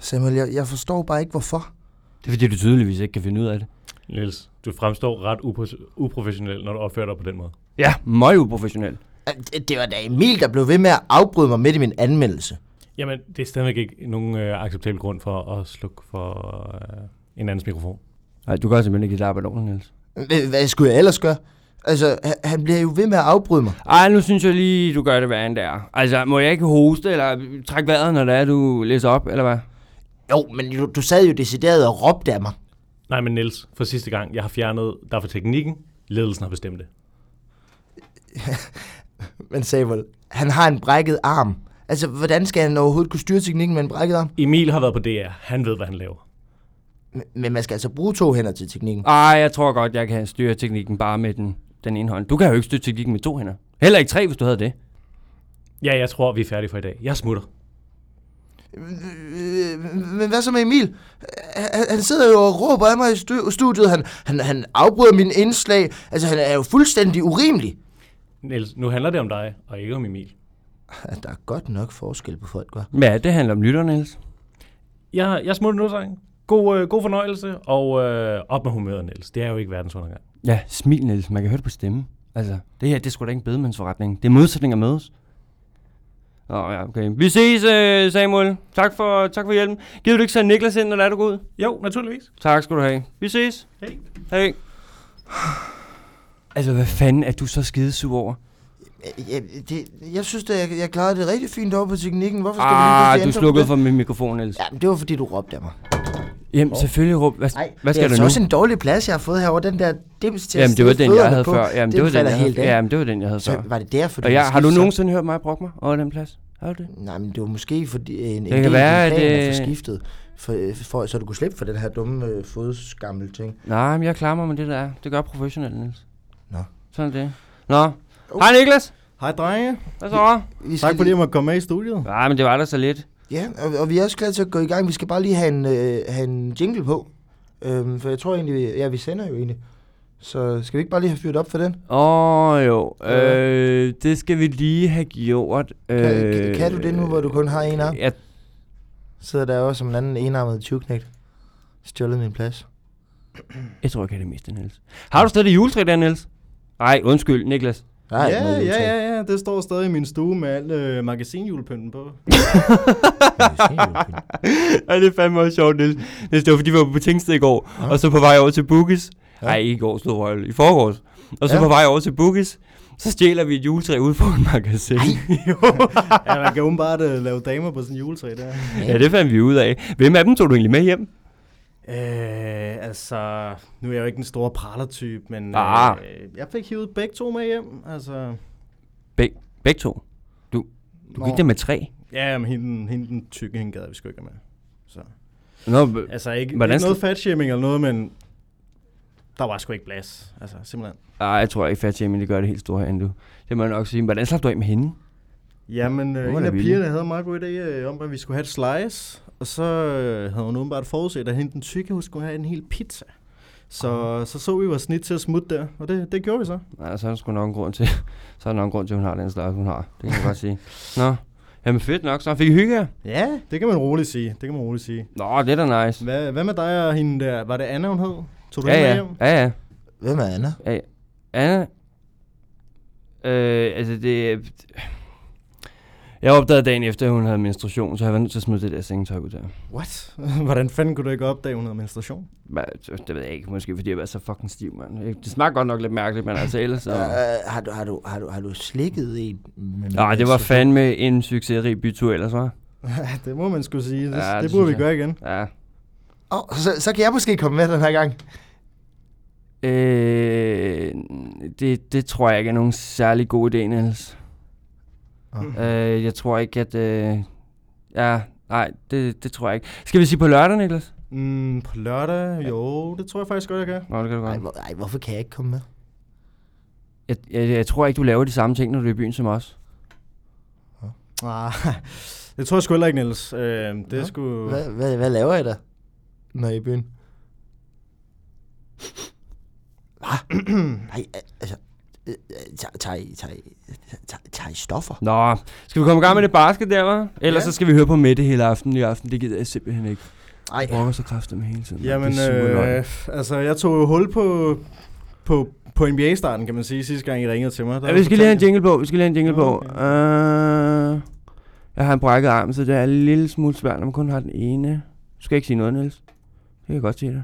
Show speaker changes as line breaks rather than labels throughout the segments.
Samuel, jeg, jeg forstår bare ikke, hvorfor.
Det er fordi, du tydeligvis ikke kan finde ud af det.
Niels, du fremstår ret upro- uprofessionel, når du opfører dig på den måde.
Ja, meget uprofessionel.
Ah, det- Det var da Emil, der blev ved med at afbryde mig midt i min anmeldelse.
Jamen, det er stadigvæk ikke nogen øh, acceptabel grund for at slukke for øh, en andens mikrofon.
Nej, du gør simpelthen ikke dit arbejde ordentligt, Niels.
Hvad- Hvad skulle jeg ellers gøre? Altså, han- han bliver jo ved med at afbryde mig.
Ej, nu synes jeg lige, du gør det værre end det er. Altså, må jeg ikke hoste eller trække vejret, når det er, du læser op, eller hvad?
Jo, men du, du sad jo decideret og råbte af mig.
Nej, men Niels, for sidste gang, jeg har fjernet dig fra teknikken. Ledelsen har bestemt det.
Men Samuel, han har en brækket arm. Altså, hvordan skal han overhovedet kunne styre teknikken med en brækket arm?
Emil har været på DR. Han ved, hvad han laver.
Men- Men man skal altså bruge to hænder til teknikken.
Ej, jeg tror godt, jeg kan styre teknikken bare med den, den ene hånd. Du kan jo ikke styre teknikken med to hænder. Heller ikke tre, hvis du havde det.
Ja, jeg tror, vi er færdige for i dag. Jeg smutter.
Øh, Men hvad så med Emil? Han, han sidder jo og råber af mig i stu- studiet. Han, han, han afbryder mine indslag. Altså, han er jo fuldstændig urimelig.
Niels, nu handler det om dig, og ikke om Emil.
Ja, Der er godt nok forskel på folk, hva'?
Ja, det handler om lytter, Niels.
Jeg, jeg smutter nu, sang. God, øh, god fornøjelse, og øh, op med humøret, Niels. Det er jo ikke verdens undergang.
Ja, smil, Niels. Man kan høre det på stemmen. Altså, det her, det er sgu da ikke en bedemandsforretning. Det er modsætninger mødes. Nå ja, okay. Vi ses, øh, Samuel. Tak for, tak for hjælpen. Giver du ikke så Niklas ind, når der er du går ud?
Jo, naturligvis.
Tak skal du have. Vi ses.
Hej.
Hej. Altså, hvad fanden er du så skidesur over?
Jeg, det, jeg synes, at jeg, jeg klarede det rigtig fint over på teknikken. Hvorfor skal vi lige
Ah,
pludselig
du
ændre på
slukkede
det?
for min mikrofon, Niels.
Ja, men det var fordi, du råbte af mig.
Jamen, selvfølgelig, Rup. Hvad, hvad
det er
skal
altså
du nu?
også en dårlig plads, jeg har fået herover Den der dims til at
Jamen, det
sidde
var den, jeg
fødderne
havde
på,
før. Jamen, det,
den
var den,
falder
jeg havde,
helt af.
jamen, det var den, jeg havde før.
Så var det derfor, du
Og jeg, har du
skiftet
nogensinde hørt mig brokke mig over den plads? Har du det?
så? Nej, men det var måske fordi øh, en, en
kan
del af
være,
være,
at,
din plan er
øh,
forskiftet, for, øh, for, så du kunne slippe for den her dumme øh, fodskammel ting.
Nej, men jeg klarer mig med det, der er. Det gør professionelt, Niels.
Nå.
Sådan er det. Nå. Hej, Niklas.
Hej drenge.
Hvad så?
Vi skal
Tak fordi jeg måtte komme med i studiet.
Nej, men det var der så lidt.
Ja, og, og vi er også klar til at gå i gang. Vi skal bare lige have en, øh, have en jingle på. Øhm, for jeg tror egentlig, vi- ja, vi sender jo egentlig. Så skal vi ikke bare lige have fyret op for den?
Åh, oh, jo.
Ja.
Øh, det skal vi lige have gjort.
Kan, øh, kan du det nu, hvor du kun har en arm?
Ja,
Sidder der også som en anden enarmet tyvknægt. Stjålet min plads.
jeg tror, jeg kan det meste, Niels. Har du stadig juletræ der, Niels? Nej, undskyld, Niklas.
Der er ikke
ja,
noget
ja,
juletræ.
ja, ja. Det står stadig i min stue med al øh, magasinjulepynten på.
Ja, det er fandme også sjovt, Niels. Niels, det var fordi, vi var på Tingsted i går, ja. og så på vej over til Bookies.
Ja.
Nej, ikke i går, stod Royal. I forgårs. Og så
Ja.
ja. på vej over til Bookies, så stjæler vi et juletræ ude på en magasin.
ja, man kan åbenbart øh, lave damer på sådan en juletræ der.
ja, det fandt vi ud af. Hvem af dem tog du egentlig med hjem?
Øh, altså, nu er jeg jo ikke den store pralertype, men
Ah.
øh, jeg fik hivet begge to med hjem. Altså,
Beg- begge to. Du, du gik
Nå.
der med tre.
ja, men hende, hende den tykke, hende gad vi sgu ikke have med. Så.
Nå, b-
Altså, ikke,
Hvordan
ikke
skal-
noget fatshaming eller noget, men der var sgu ikke plads. Altså, simpelthen.
ej, jeg tror ikke, at det gør det helt store herinde, du. Det må jeg nok sige. Hvordan slap du af med hende?
Jamen, øh,
Hun var
en
da
af
villig.
pigerne havde en meget god idé øh, om, at vi skulle have et slice, og så øh, havde hun åbenbart forudset, at hende den tykke, hun skulle have en hel pizza. Så
Ah.
så, så vi var snit til at smutte der, og det, det gjorde vi så.
Nej, så er der sgu nok en grund til, så er der nok en grund til, at hun har den slags, hun har. Det kan jeg godt sige. Nå, jamen fedt nok, så fik I hygge jer.
Ja, det kan man roligt sige. Det kan man roligt sige.
Nå, det er da nice.
Hvad, hvad med dig og hende der? Var det Anna, hun hed? Tog du
Ja,
hende med
ja,
hjem?
ja, ja.
Hvem er Anna?
Anna? Øh, altså det... Jeg opdagede dagen efter, at hun havde menstruation, så jeg var nødt til at smide det der sengetøj ud der.
What? Hvordan fanden kunne du ikke opdage, hun havde menstruation?
Men, det- Det ved jeg ikke, måske fordi jeg var så fucking stiv, mand. Jeg- Det smager godt nok lidt mærkeligt, men altså ellers... Så...
Øh, har, du, har, du, har, du, har du slikket en? med
Nej, Ah, det var
menstruation?
fandme en succesrig bytur ellers, var.
det må man skulle sige. Det,
Ja,
ja,
det
det, burde vi
synes
gøre igen.
Ja.
Åh, så, så kan jeg måske komme med den her gang.
Øh, det, det tror jeg ikke er nogen særlig god idé, Niels.
Nå.
Øh, jeg tror ikke, at... Øh, ja, nej, det, det tror jeg ikke. Skal vi sige på lørdag, Niklas?
Mm, på lørdag? Jo, det tror jeg faktisk godt, jeg kan.
Nå, det kan du godt.
Ej, hvor, ej, hvorfor kan jeg ikke komme med?
Jeg, jeg, jeg tror ikke, du laver de samme ting, når du er i byen som os.
Ah, det tror jeg sgu heller ikke, Niels. Øh, det er sgu...
Hvad, hvad, hvad laver I da, når I er i byen? Hva? Nej, altså, Øh, tager- Tager tager- tager- tager I stoffer?
Nå, skal vi komme i gang med det basket der, hva'? Ellers
Ja.
ja. så skal vi høre på Mette hele aften i aften. Det gider jeg simpelthen ikke.
Nej.
Jeg brokker så kraftigt med hele tiden.
Jamen,
det er øh...
øh, altså, jeg tog jo hul på, på, på NBA-starten, kan man sige, sidste gang I ringede til mig. Der
ja, vi skal lige have en
fortalte
jingle på. Vi skal lige have en jingle på.
Okay.
Øh, jeg har en brækket arm, så det er en lille smule svært, når man kun har den ene. Du skal ikke sige noget, Niels. Det kan jeg godt sige dig.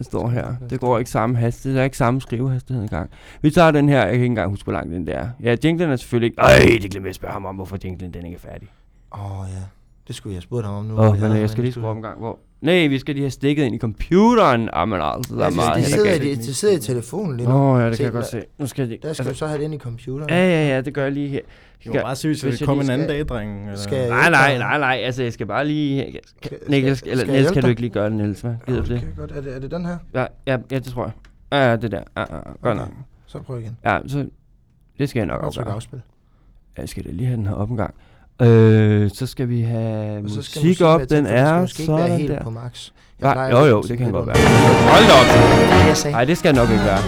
Jeg står her. Det går ikke samme hastighed. Det er ikke samme skrivehastighed engang. Vi tager den her. Jeg kan ikke engang huske, hvor lang den der er. Ja, jinglen er selvfølgelig ikke... Øj, det glemte jeg at spørge ham om, hvorfor jinglen den ikke er færdig.
Åh oh, ja, det skulle jeg have spurgt ham om nu.
Åh,
om
oh,
vi havde
men
ham
jeg skal
inde i
lige
studiet.
skrue op en gang, hvor... Nej, vi skal lige have stikket ind i computeren. Ah, men altså, der er
Altså,
meget
det,
her,
sidder
der
i, det, det sidder i telefonen lige
Åh,
nu.
oh, ja, det kan
Se,
jeg godt
hvad-
se. Nu skal Altså, jeg lige...
Der skal du så have det ind i computeren.
Ja, ja, ja, det gør jeg lige her.
Det var meget sygt, at
Hvis
det
jeg
kom
lige
en anden
skal-
dag, dreng. eller-
Skal jeg
Nej,
hjælpe
nej,
dig?
nej, nej. Altså, jeg skal bare lige...
Skal-
Niklas,
skal-
eller
skal jeg
Niels, kan
hjælpe
du
dig?
ikke lige gøre det, Niels, hvad? Gider du
Åh,
det?
kan jeg godt. Er det, er det den her?
Ja, ja, ja, det tror jeg. Ja, ja, det der. Ja, ja, godt nok.
Så prøv igen.
Ja, så... Det skal jeg nok
Og tryk
afgøre.
afspil.
Ja, Jeg skal da lige have den her op en gang. Øh, så skal vi have
Og så skal
musik op.
være til,
Den
for det skal
er
måske ikke være
sådan
helt
der.
på max. Jeg
Nej,
plejer
jo,
altid
jo,
at
det
sige
kan godt
lidt
være. Hold da op!
under. Det, jeg sagde.
Nej, det skal jeg nok ikke gøre.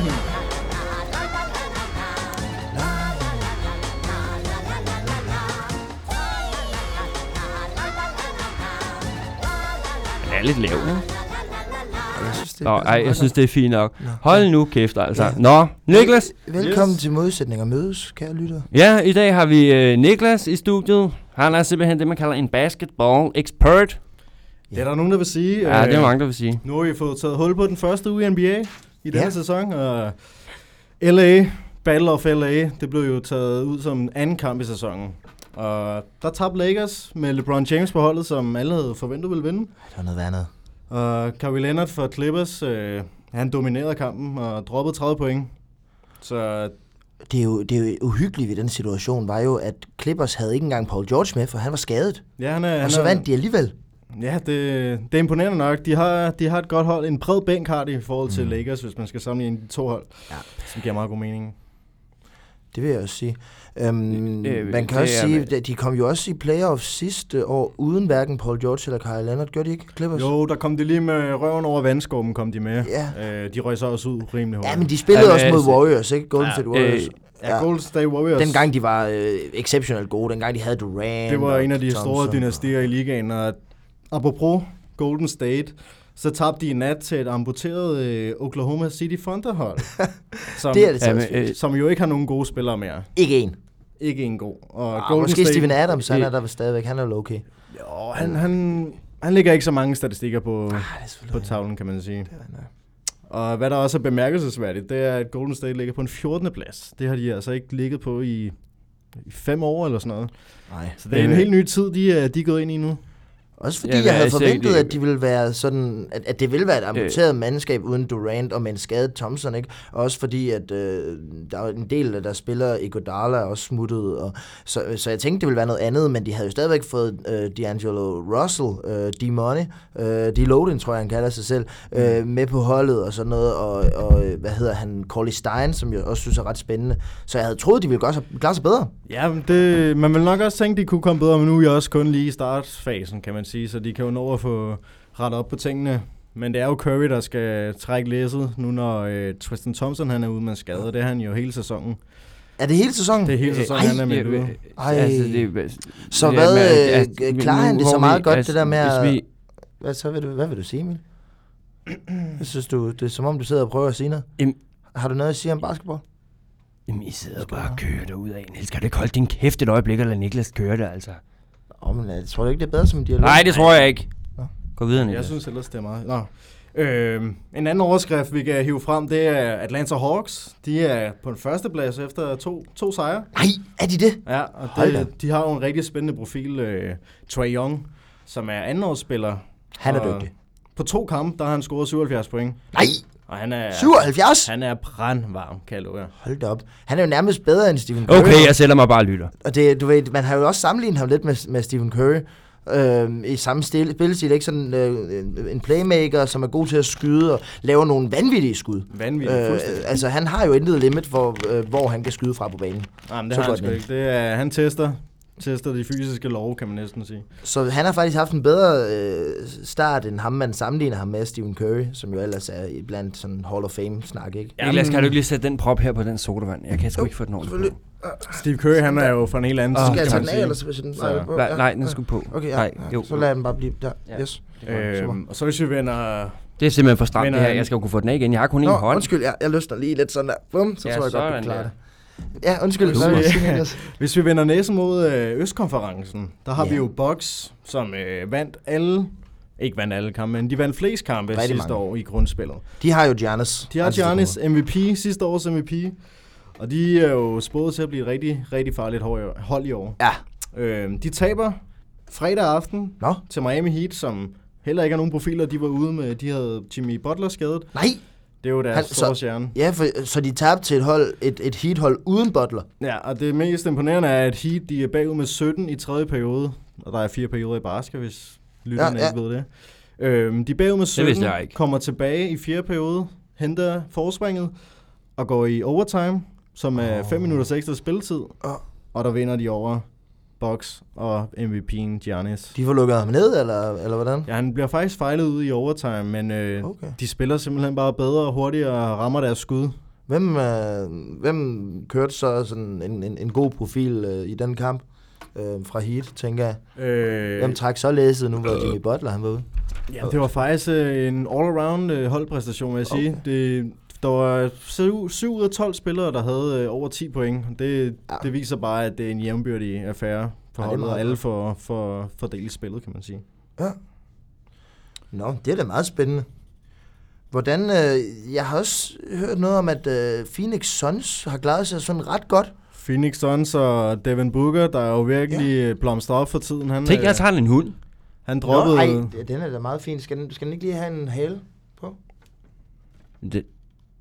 Den er lidt lav, ikke?
Jeg synes, det
Nå,
passer
ej, jeg
godt
synes,
nok.
det er fint nok.
Nå.
Hold nu kæft, altså.
Ja.
Nå, Niklas.
Velkommen
Yes.
til Modsætning og Mødes, kære lytter.
Ja, i dag har vi øh, Niklas i studiet. Han er simpelthen det, man kalder en basketball expert.
Det er der nogen, der vil sige.
Ja, det er
øh,
mange, der vil sige.
Nu har vi fået taget hul på den første uge i NBA i denne
Ja.
sæson, og LA, Battle of LA, det blev jo taget ud som anden kamp i sæsonen. Og der tabte Lakers med LeBron James på holdet, som alle havde forventet ville vinde.
Ej, Det var noget værd noget.
Og Kawhi Leonard for Clippers, øh, han dominerede kampen og droppede 30 point. Så
Det er jo, det er jo uhyggeligt ved den situation, var jo, at Clippers havde ikke engang Paul George med, for han var skadet.
ja, han er,
Og så
han er,
vandt de alligevel.
Ja, det, det er imponerende nok. De har, de har et godt hold. En bred bænk har de i forhold til mm. Lakers, hvis man skal sammenligne de to hold.
Ja.
Ja. Som giver meget god mening.
Det vil jeg også sige. Øhm,
Det-
man kan
det
også
er-
sige, at de kom jo også i playoffs sidste år, uden hverken Paul George eller Kyle Leonard. Gjorde de ikke, Clippers?
Jo, der kom de lige med røven over vandskorben, kom de med.
Ja.
Øh, de røg så også ud rimelig hurtigt.
Ja, men de spillede
Ja,
også
men
mod
altså-
Warriors, ikke? Golden State Warriors.
øh,
ja. ja, Golden State Warriors,
Dengang de var øh, exceptionelt gode, dengang de havde Durant
det var
og
en af de
Thompson.
store dynastier i ligaen. Og apropos Golden State, så tabte de i nat til et amputeret øh, Oklahoma City Thunder-hold. som,
Det er det
Ja, men,
ja,
øh,
som jo ikke har nogen gode spillere mere.
Ikke en.
Ikke en god. Og Øh,
Ah, måske Steven Adams, han
det-
er der vel stadigvæk. Han er vel okay.
Jo, han, han, han ligger ikke så mange statistikker på,
Ah, det er
på
selvfølgelig
tavlen, kan man sige. Og hvad der også er bemærkelsesværdigt, det er, at Golden State ligger på en 14. plads. Det har de altså ikke ligget på i, i fem år eller sådan noget.
Nej.
Så det er en
Men, øh,
helt ny tid, de er, de er gået ind i nu.
Også fordi
Ja, men
jeg havde
altså,
forventet,
det-
at de ville være sådan, at, at det ville være et amputeret øh. mandskab uden Durant og med en skadet Thompson, ikke? Og også fordi, at øh, der er en del af der spiller Iguodala er også smuttet, og, så, så jeg tænkte, det ville være noget andet, men de havde jo stadigvæk fået øh, D'Angelo Russell, øh, D-Money, øh, D-Loden, tror jeg, han kalder sig selv, øh, med på holdet og sådan noget, og, og øh, hvad hedder han, Corley Stein, som jeg også synes er ret spændende. Så jeg havde troet, de ville gøre sig, klare sig bedre.
Ja, men det, man vil nok også tænke, de kunne komme bedre, men nu er jeg også kun lige i startfasen, kan man sige. Så de kan jo nå at få rettet op på tingene. Men det er jo Curry, der skal trække læsset, nu når øh, Tristan Thompson han er ude med en skade. Det er han jo hele sæsonen.
Er det hele sæsonen?
Det er hele
Øh,
sæsonen,
ej,
han er
Det
med
er-
ude.
Ej.
altså, det er-
Så
ja,
hvad,
men,
øh,
altså,
øh,
nu
klarer han det så
har
meget
vi- altså,
godt, det der med at-
Hvis vi,
Hvad, så vil du, hvad vil du sige, Emil? Jeg synes, du, det er som om, du sidder og prøver at sige noget.
Jamen-
Har du noget at sige om basketball?
Jamen, I sidder bare og kører derud af. Niels, kan du ikke holde din kæft et øjeblik, eller Niklas kører det, altså?
Åh, men jeg tror du ikke, det er bedre som en dialog?
Nej, det tror jeg ikke.
Nå.
Gå videre, Niklas.
Jeg synes ellers, det er meget. Nå. Øhm, en anden overskrift, vi kan hive frem, det er Atlanta Hawks. De er på en førsteplads efter to, to sejre.
Nej, er de det?
Ja, og
Hold da.
det, de har jo en rigtig spændende profil. Øh, Trae Young, som er andenårsspiller.
Han er
Og
dygtig.
På to kampe, der har han scoret 77 point.
Nej,
Og han er,
77?
han er brandvarm, kan jeg love jer.
Hold da op. Han er jo nærmest bedre end Stephen Curry.
Okay, jeg sætter mig bare og lytter.
Og det, du ved, man har jo også sammenlignet ham lidt med, med Stephen Curry. Øhm, i samme stil, spillestil, ikke sådan øh, en- en playmaker, som er god til at skyde og laver nogle vanvittige skud.
Vanvittigt,
Øh,
fuldstændig.
altså, han har jo intet limit, hvor, øh, hvor han kan skyde fra på banen.
Jamen, det
så
har han
godt
sgu
men.
ikke. Det er, han tester tester de fysiske love, kan man næsten sige.
Så han har faktisk haft en bedre øh, start, end ham, man sammenligner ham med, Stephen Curry, som jo ellers er i blandt sådan Hall of Fame-snak, ikke?
Jamen. Elias, kan du ikke lige sætte den prop her på den sodavand? Jeg kan sgu ikke få den ordentligt. på.
Steve Curry, han er jo fra en helt anden
Åh,
tid,
Skal jeg
Ah, kan
tage
man
den af,
sige.
eller så den...
Så-
åh,
Nej,
ja,
nej, den
ja.
skulle på.
Okay, ja,
nej,
ja.
jo.
så lad den bare blive der.
Ja.
Yes.
Øhm, og så hvis vi vender...
Det er simpelthen for stramt
Men,
det her.
øh,
Jeg skal jo kunne få den af igen. Jeg har kun
Nå,
én hånd.
undskyld, jeg, jeg løsner lige lidt sådan der. Bum, så
Ja,
ja, tror jeg godt,
sådan
du klarer
der.
det. Ja, undskyld.
Super.
Sorry, Elias.
Hvis vi vender næsen mod øh, Østkonferencen, der har
Ja.
vi jo Box, som øh, vandt alle... Ikke vandt alle kampe, men de vandt flest kampe
Rigtig
sidste
mange.
år i grundspillet.
De har jo Giannis. Altså,
De har Giannis
Antetokounmpo.
MVP, sidste års MVP. Og de er jo spået til at blive et rigtig, rigtig farligt hår i år- hold i år.
Ja.
Øh, de taber fredag aften
Nå,
til Miami Heat, som heller ikke har nogen profiler. De var ude med, de havde Jimmy Butler skadet.
nej.
Det er jo deres
Han-
Han,
så-
store stjerne.
Ja, for, så de tabte til et hold, et, et heat-hold uden Butler.
Ja, og det mest imponerende er, at Heat de er bagud med 17 i tredje periode. Og der er fire perioder i basket, hvis lytterne
Ja,
ja,
ja.
ja. ikke ved det. Øhm, de er bagud med
Det vidste
17,
jeg ikke.
kommer tilbage i fjerde periode, henter forspringet og går i overtime, som er 5 minutter ekstra spilletid.
Åh.
Og der vinder de over Box og MVP'en Giannis.
De får lukket ham ned, eller, eller hvordan?
Ja, han bliver faktisk fejlet ud i overtime, men øh, okay.
Okay.
de spiller simpelthen bare bedre og hurtigere og rammer deres skud.
Hvem, øh, hvem kørte så sådan en, en, en god profil øh, i den kamp øh, fra Heat, tænker jeg?
Øh,
Hvem trak så læset nu, hvor Jimmy Butler han var ude?
Ja, det var faktisk øh, en all-around øh, holdpræstation, vil jeg sige. Det, der var 7, 7 ud af 12 spillere, der havde øh, over 10 point. Det,
Ja.
ja. det viser bare, at det er en jævnbyrdig affære for
Ja, det er
holdet,
meget
og
godt.
alle får for, for del i spillet, kan man sige.
Nå, det er da meget spændende. Hvordan, øh, jeg har også hørt noget om, at øh, Phoenix Suns har klaret sig sådan ret godt.
Phoenix Suns og Devin Booker, der er jo virkelig ja. blomstret op for tiden. Han,
Tænk,
øh,
jeg tager en hund.
han droppede...
Nå, ej, d- den er da meget fin. Skal den, skal den ikke lige have en hale på?
Det,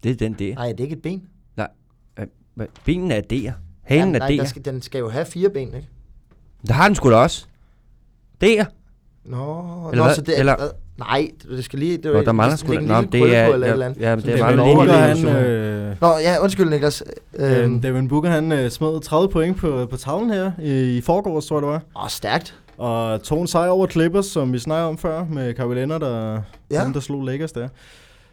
det er den der.
Nej, det er ikke et ben.
Øh, hvad? Benene er der. Hanen er
nej, der
der.
skal, den skal jo have fire ben, ikke?
Der har den sgu da også. Der.
Nå, nå
Eller hvad?
så det er...
Eller-
Eller... Nej, det skal lige... Det
Nå, der mangler
det
sgu da.
ligge en
Nå,
lille
det
krølle
er...
på eller et
Ja,
eller andet.
ja, men det er bare
Devin
en
Booker, han,
lille
øh,
Nå, ja, undskyld, Niklas. Øhm,
øh, Devin Booker, han øh, smed 30 point på, på tavlen her i, i forgårs, tror jeg det var.
Åh, stærkt.
Og tog en sejr over Clippers, som vi snakkede om før, med Kawhi Leonard og
Ja.
ja. dem, der slog Lakers der.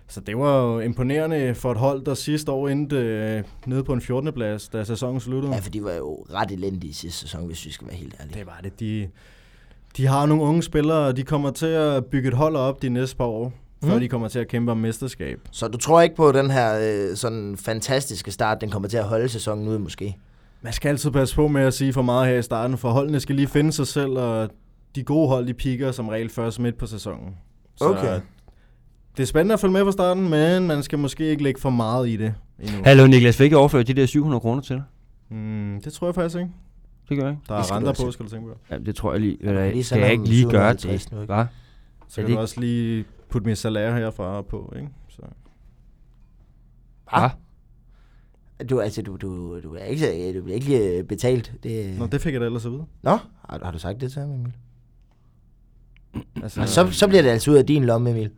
Så det var jo imponerende for et hold, der sidste år endte øh, nede på en 14. plads, da sæsonen sluttede.
Ja,
Ja.
for de var jo ret elendige i sidste sæson, hvis vi skal være helt ærlige.
Det var det. De, de har nogle unge spillere, og de kommer til at bygge et hold op de næste par år, mm. før
Mhm.
de kommer til at kæmpe om mesterskab.
Så du tror ikke på, at den her øh, sådan fantastiske start, den kommer til at holde sæsonen ud måske?
Man skal altid passe på med at sige for meget her i starten, for holdene skal lige finde sig selv, og de gode hold, de piker som regel først midt på sæsonen. Så
Okay.
det er spændende at følge med fra starten, men man skal måske ikke lægge for meget i det endnu.
Hallo Niklas, fik jeg overført de der 700 kroner til dig?
Mm, det tror jeg faktisk ikke.
Det gør jeg ikke.
Der
Det skal
er
du
renter
altså
på,
ikke.
skal du tænke på.
Ja, det tror jeg lige. Hvad
kan
der,
lige
skal
sende
jeg
ham
ikke lige gøre
750
det?
nu, ikke?
Hva?
Så
Er det
kan du
ikke-
også lige putte mit salær herfra på, ikke? Så.
Hva?
Du, altså, du, du, du, er ikke, du bliver ikke øh, betalt. Det...
Nå, det fik jeg da ellers at vide.
Nå, har, har du sagt det til ham, Emil?
Altså,
Så, så, så bliver det altså ud af din lomme, Emil.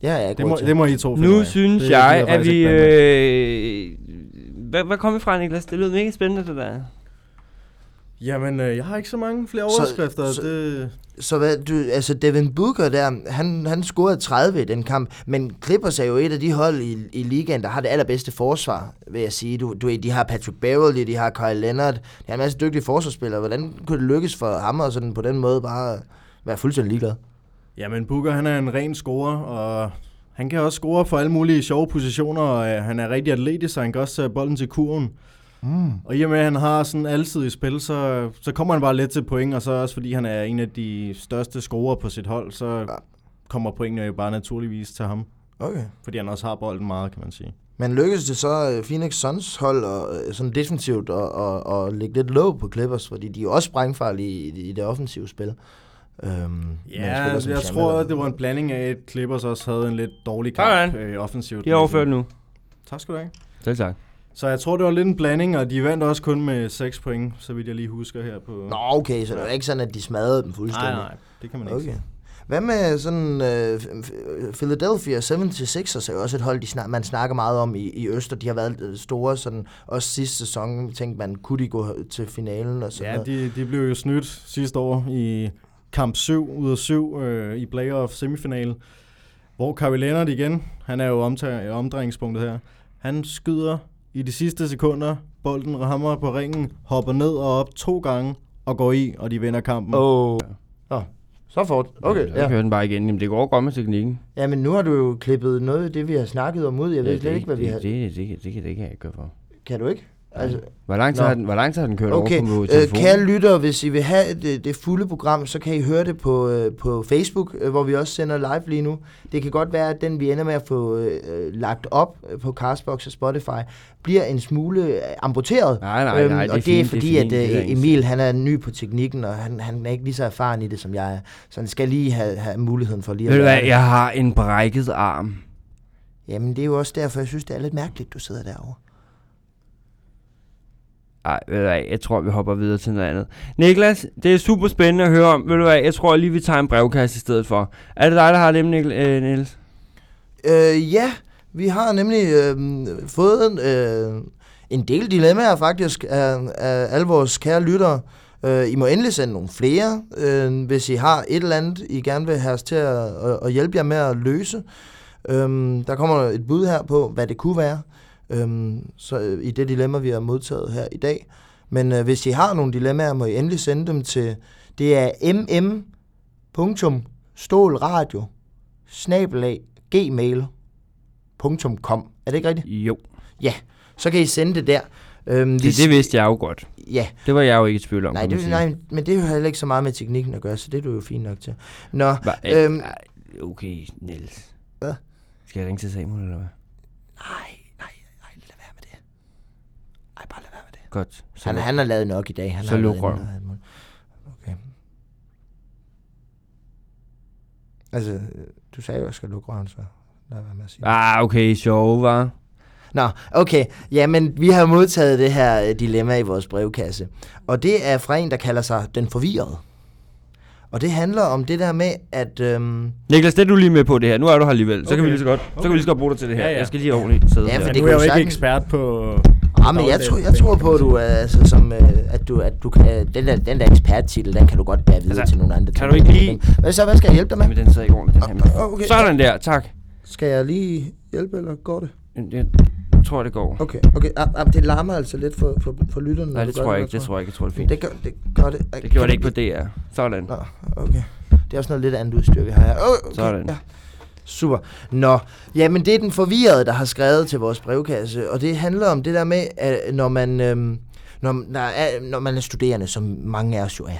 Det har jeg ikke
det, må,
råd til.
det må I to finde ud
Nu
af.
synes
det,
jeg,
det
at vi... Øh, hvad, hvad kom vi fra, Niklas? Det lød mega spændende, det der.
Jamen, øh, jeg har ikke så mange flere
Så-
overskrifter.
så-
Så, det...
Så hvad, du, altså Devin Booker der, han, han scorede 30 i den kamp, men Clippers er jo et af de hold i, i ligaen, der har det allerbedste forsvar, vil jeg sige. Du, du, ved, de har Patrick Beverly, de har Kyle Leonard, de har en masse dygtige forsvarsspillere. Hvordan kunne det lykkes for ham at sådan på den måde bare være fuldstændig ligeglad?
Jamen, Booker, han er en ren scorer, og han kan også score for alle mulige sjove positioner, og øh, han er rigtig atletisk, så han kan også tage bolden til kurven. Mm. Og i og med, at han har sådan altid i spil, så, så kommer han bare let til point, og så også fordi han er en af de største scorer på sit hold, så kommer pointene jo bare naturligvis til ham.
Okay.
Fordi han også har bolden meget, kan man sige.
Men lykkedes det så øh, Phoenix Suns hold og, øh, sådan defensivt og, og, og lægge lidt låg på Clippers, fordi de er jo også sprængfarlige i, i det offensive spil. Øhm,
Ja, jeg, jeg tror, at det var en blanding af, at Clippers også havde en lidt dårlig kamp
Sådan.
øh, offensivt. øh,
De er overført nu.
Tak skal du have.
Selv tak.
Så jeg tror, det var lidt en blanding, og de vandt også kun med 6 point, så vidt jeg lige husker her på...
Mm. Nå, okay, så det var ikke sådan, at de smadrede dem fuldstændig.
nej, nej, det kan man ikke
Okay.
sige.
Hvad med sådan øh, Philadelphia 76ers er jo også et hold, de snak, man snakker meget om i, i Øst, og de har været øh, store sådan, også sidste sæson. Tænkte man, kunne de gå til finalen og sådan
Ja,
noget?
de, de blev jo snydt sidste år i kamp 7 ud af 7 øh, i playoff semifinal, hvor Kawhi Leonard igen, han er jo omtag, omdrejningspunktet her, han skyder i de sidste sekunder, bolden rammer på ringen, hopper ned og op to gange og går i, og de vinder kampen.
Åh. Oh. Så fort. Okay,
Jeg
ja.
kører den bare igen. Jamen, det går godt med teknikken.
ja. men nu har du jo klippet noget af det, vi har snakket om ud. Jeg ved slet ikke, hvad vi har...
det, det, det, det, det, kan- det kan jeg ikke gøre for.
Kan du ikke? Altså,
Hvor lang tid,
Nå.
har den, hvor lang tid har den kørt
okay,
over på min
øh,
telefon?
kære lytter, hvis I vil have det, det fulde program, så kan I høre det på, øh, på Facebook, øh, hvor vi også sender live lige nu. Det kan godt være, at den vi ender med at få øh, øh, lagt op øh, på Castbox og Spotify, bliver en smule øh, amputeret. Øhm,
Nej, nej, nej, det
og
er
det er
fint,
fordi,
det er fint,
at
det er
øh,
ikke-
Emil han er ny på teknikken, og han, han er ikke lige så erfaren i det, som jeg er. Så han skal lige have, have muligheden for lige at
Ved du
lære
hvad,
det.
jeg har en brækket arm.
Jamen, det er jo også derfor, jeg synes, det er lidt mærkeligt, du sidder derovre.
Ej, ved du hvad, jeg tror, vi hopper videre til noget andet. Niklas, det er super spændende at høre om. Ved du hvad, jeg tror lige, vi tager en brevkasse i stedet for. Er det dig, der har dem, Nikl- øh, Niels?
Øh, ja, vi har nemlig øh, fået øh, en del dilemmaer faktisk af, af alle vores kære lyttere. Øh, I må endelig sende nogle flere, øh, hvis I har et eller andet, I gerne vil have os til at, at, at hjælpe jer med at løse. Øhm, der kommer et bud her på, hvad det kunne være, øhm, så, øh, i det dilemma, vi har modtaget her i dag. Men øh, hvis I har nogle dilemmaer, må I endelig sende dem til, det er mm.stålradio snabelag gmail.com. Er det ikke rigtigt?
Jo.
Ja, så kan I sende det der. Øhm,
Det, det vidste jeg jo godt.
Ja,
Det var jeg jo ikke i tvivl om,
nej,
kan man
det,
sige.
nej, men det har heller ikke så meget med teknikken at gøre, så det er du jo fint nok til. Nå,
Hva, øh,
Øhm.
øhm, okay, Niels.
Hvad?
Skal jeg ringe til Samuel, eller
nej,
hvad?
nej, nej, lad være med det. Ej, bare lad være med det.
Godt. Så
Han, han har lavet nok i dag. Han
Så
har
luk
lavet
røven.
noget af alt muligt. Okay. Altså, øh, du sagde jo, at jeg skal lukke røven, så lad være med at sige det.
Ah, okay, sjov, var.
Nå, okay. Jamen, vi har modtaget det her øh, dilemma i vores brevkasse. Og det er fra en, der kalder sig Den Forvirrede. Og det handler om det der med, at... Øhm,
Niklas, det er du lige med på det her. Nu er du her alligevel. Så okay. kan vi
Okay.
lige så godt, okay. så kan vi lige så godt bruge dig til det her.
Ja, ja.
Jeg skal lige ordentligt sidde
Ja,
her.
for
Men
det
nu
kan
er
jo
jeg jo ikke
sagtens-
ekspert på...
ah, men jeg, tror, jeg tror på, at du, er, altså, som, øh, at du, at du kan, øh, den, der, den der eksperttitel, den kan du godt bære videre
Altså,
til nogle andre.
kan
ting.
du ikke lige-
Hvad så? Hvad skal jeg hjælpe dig med?
Men den sidder ikke ordentligt, den her.
Åh, åh, okay.
Sådan der, tak.
Skal jeg lige hjælpe, eller går det?
Jeg tror, det går.
Okay, okay. Ah, ah, det larmer altså lidt for, for, for lytterne.
Nej, det tror jeg ikke. Det tror jeg ikke. Jeg tror, det er fint.
Det gør det. Gør det. Ej,
Det gjorde
kan
det
du-
ikke på DR. Sådan.
Nå, okay. Det er også noget lidt andet udstyr, vi har her. Oh, okay.
Sådan.
Ja. Super. Nå, jamen det er den forvirrede, der har skrevet til vores brevkasse, og det handler om det der med, at når man, øhm, når, når, er, når man er studerende, som mange af os jo er,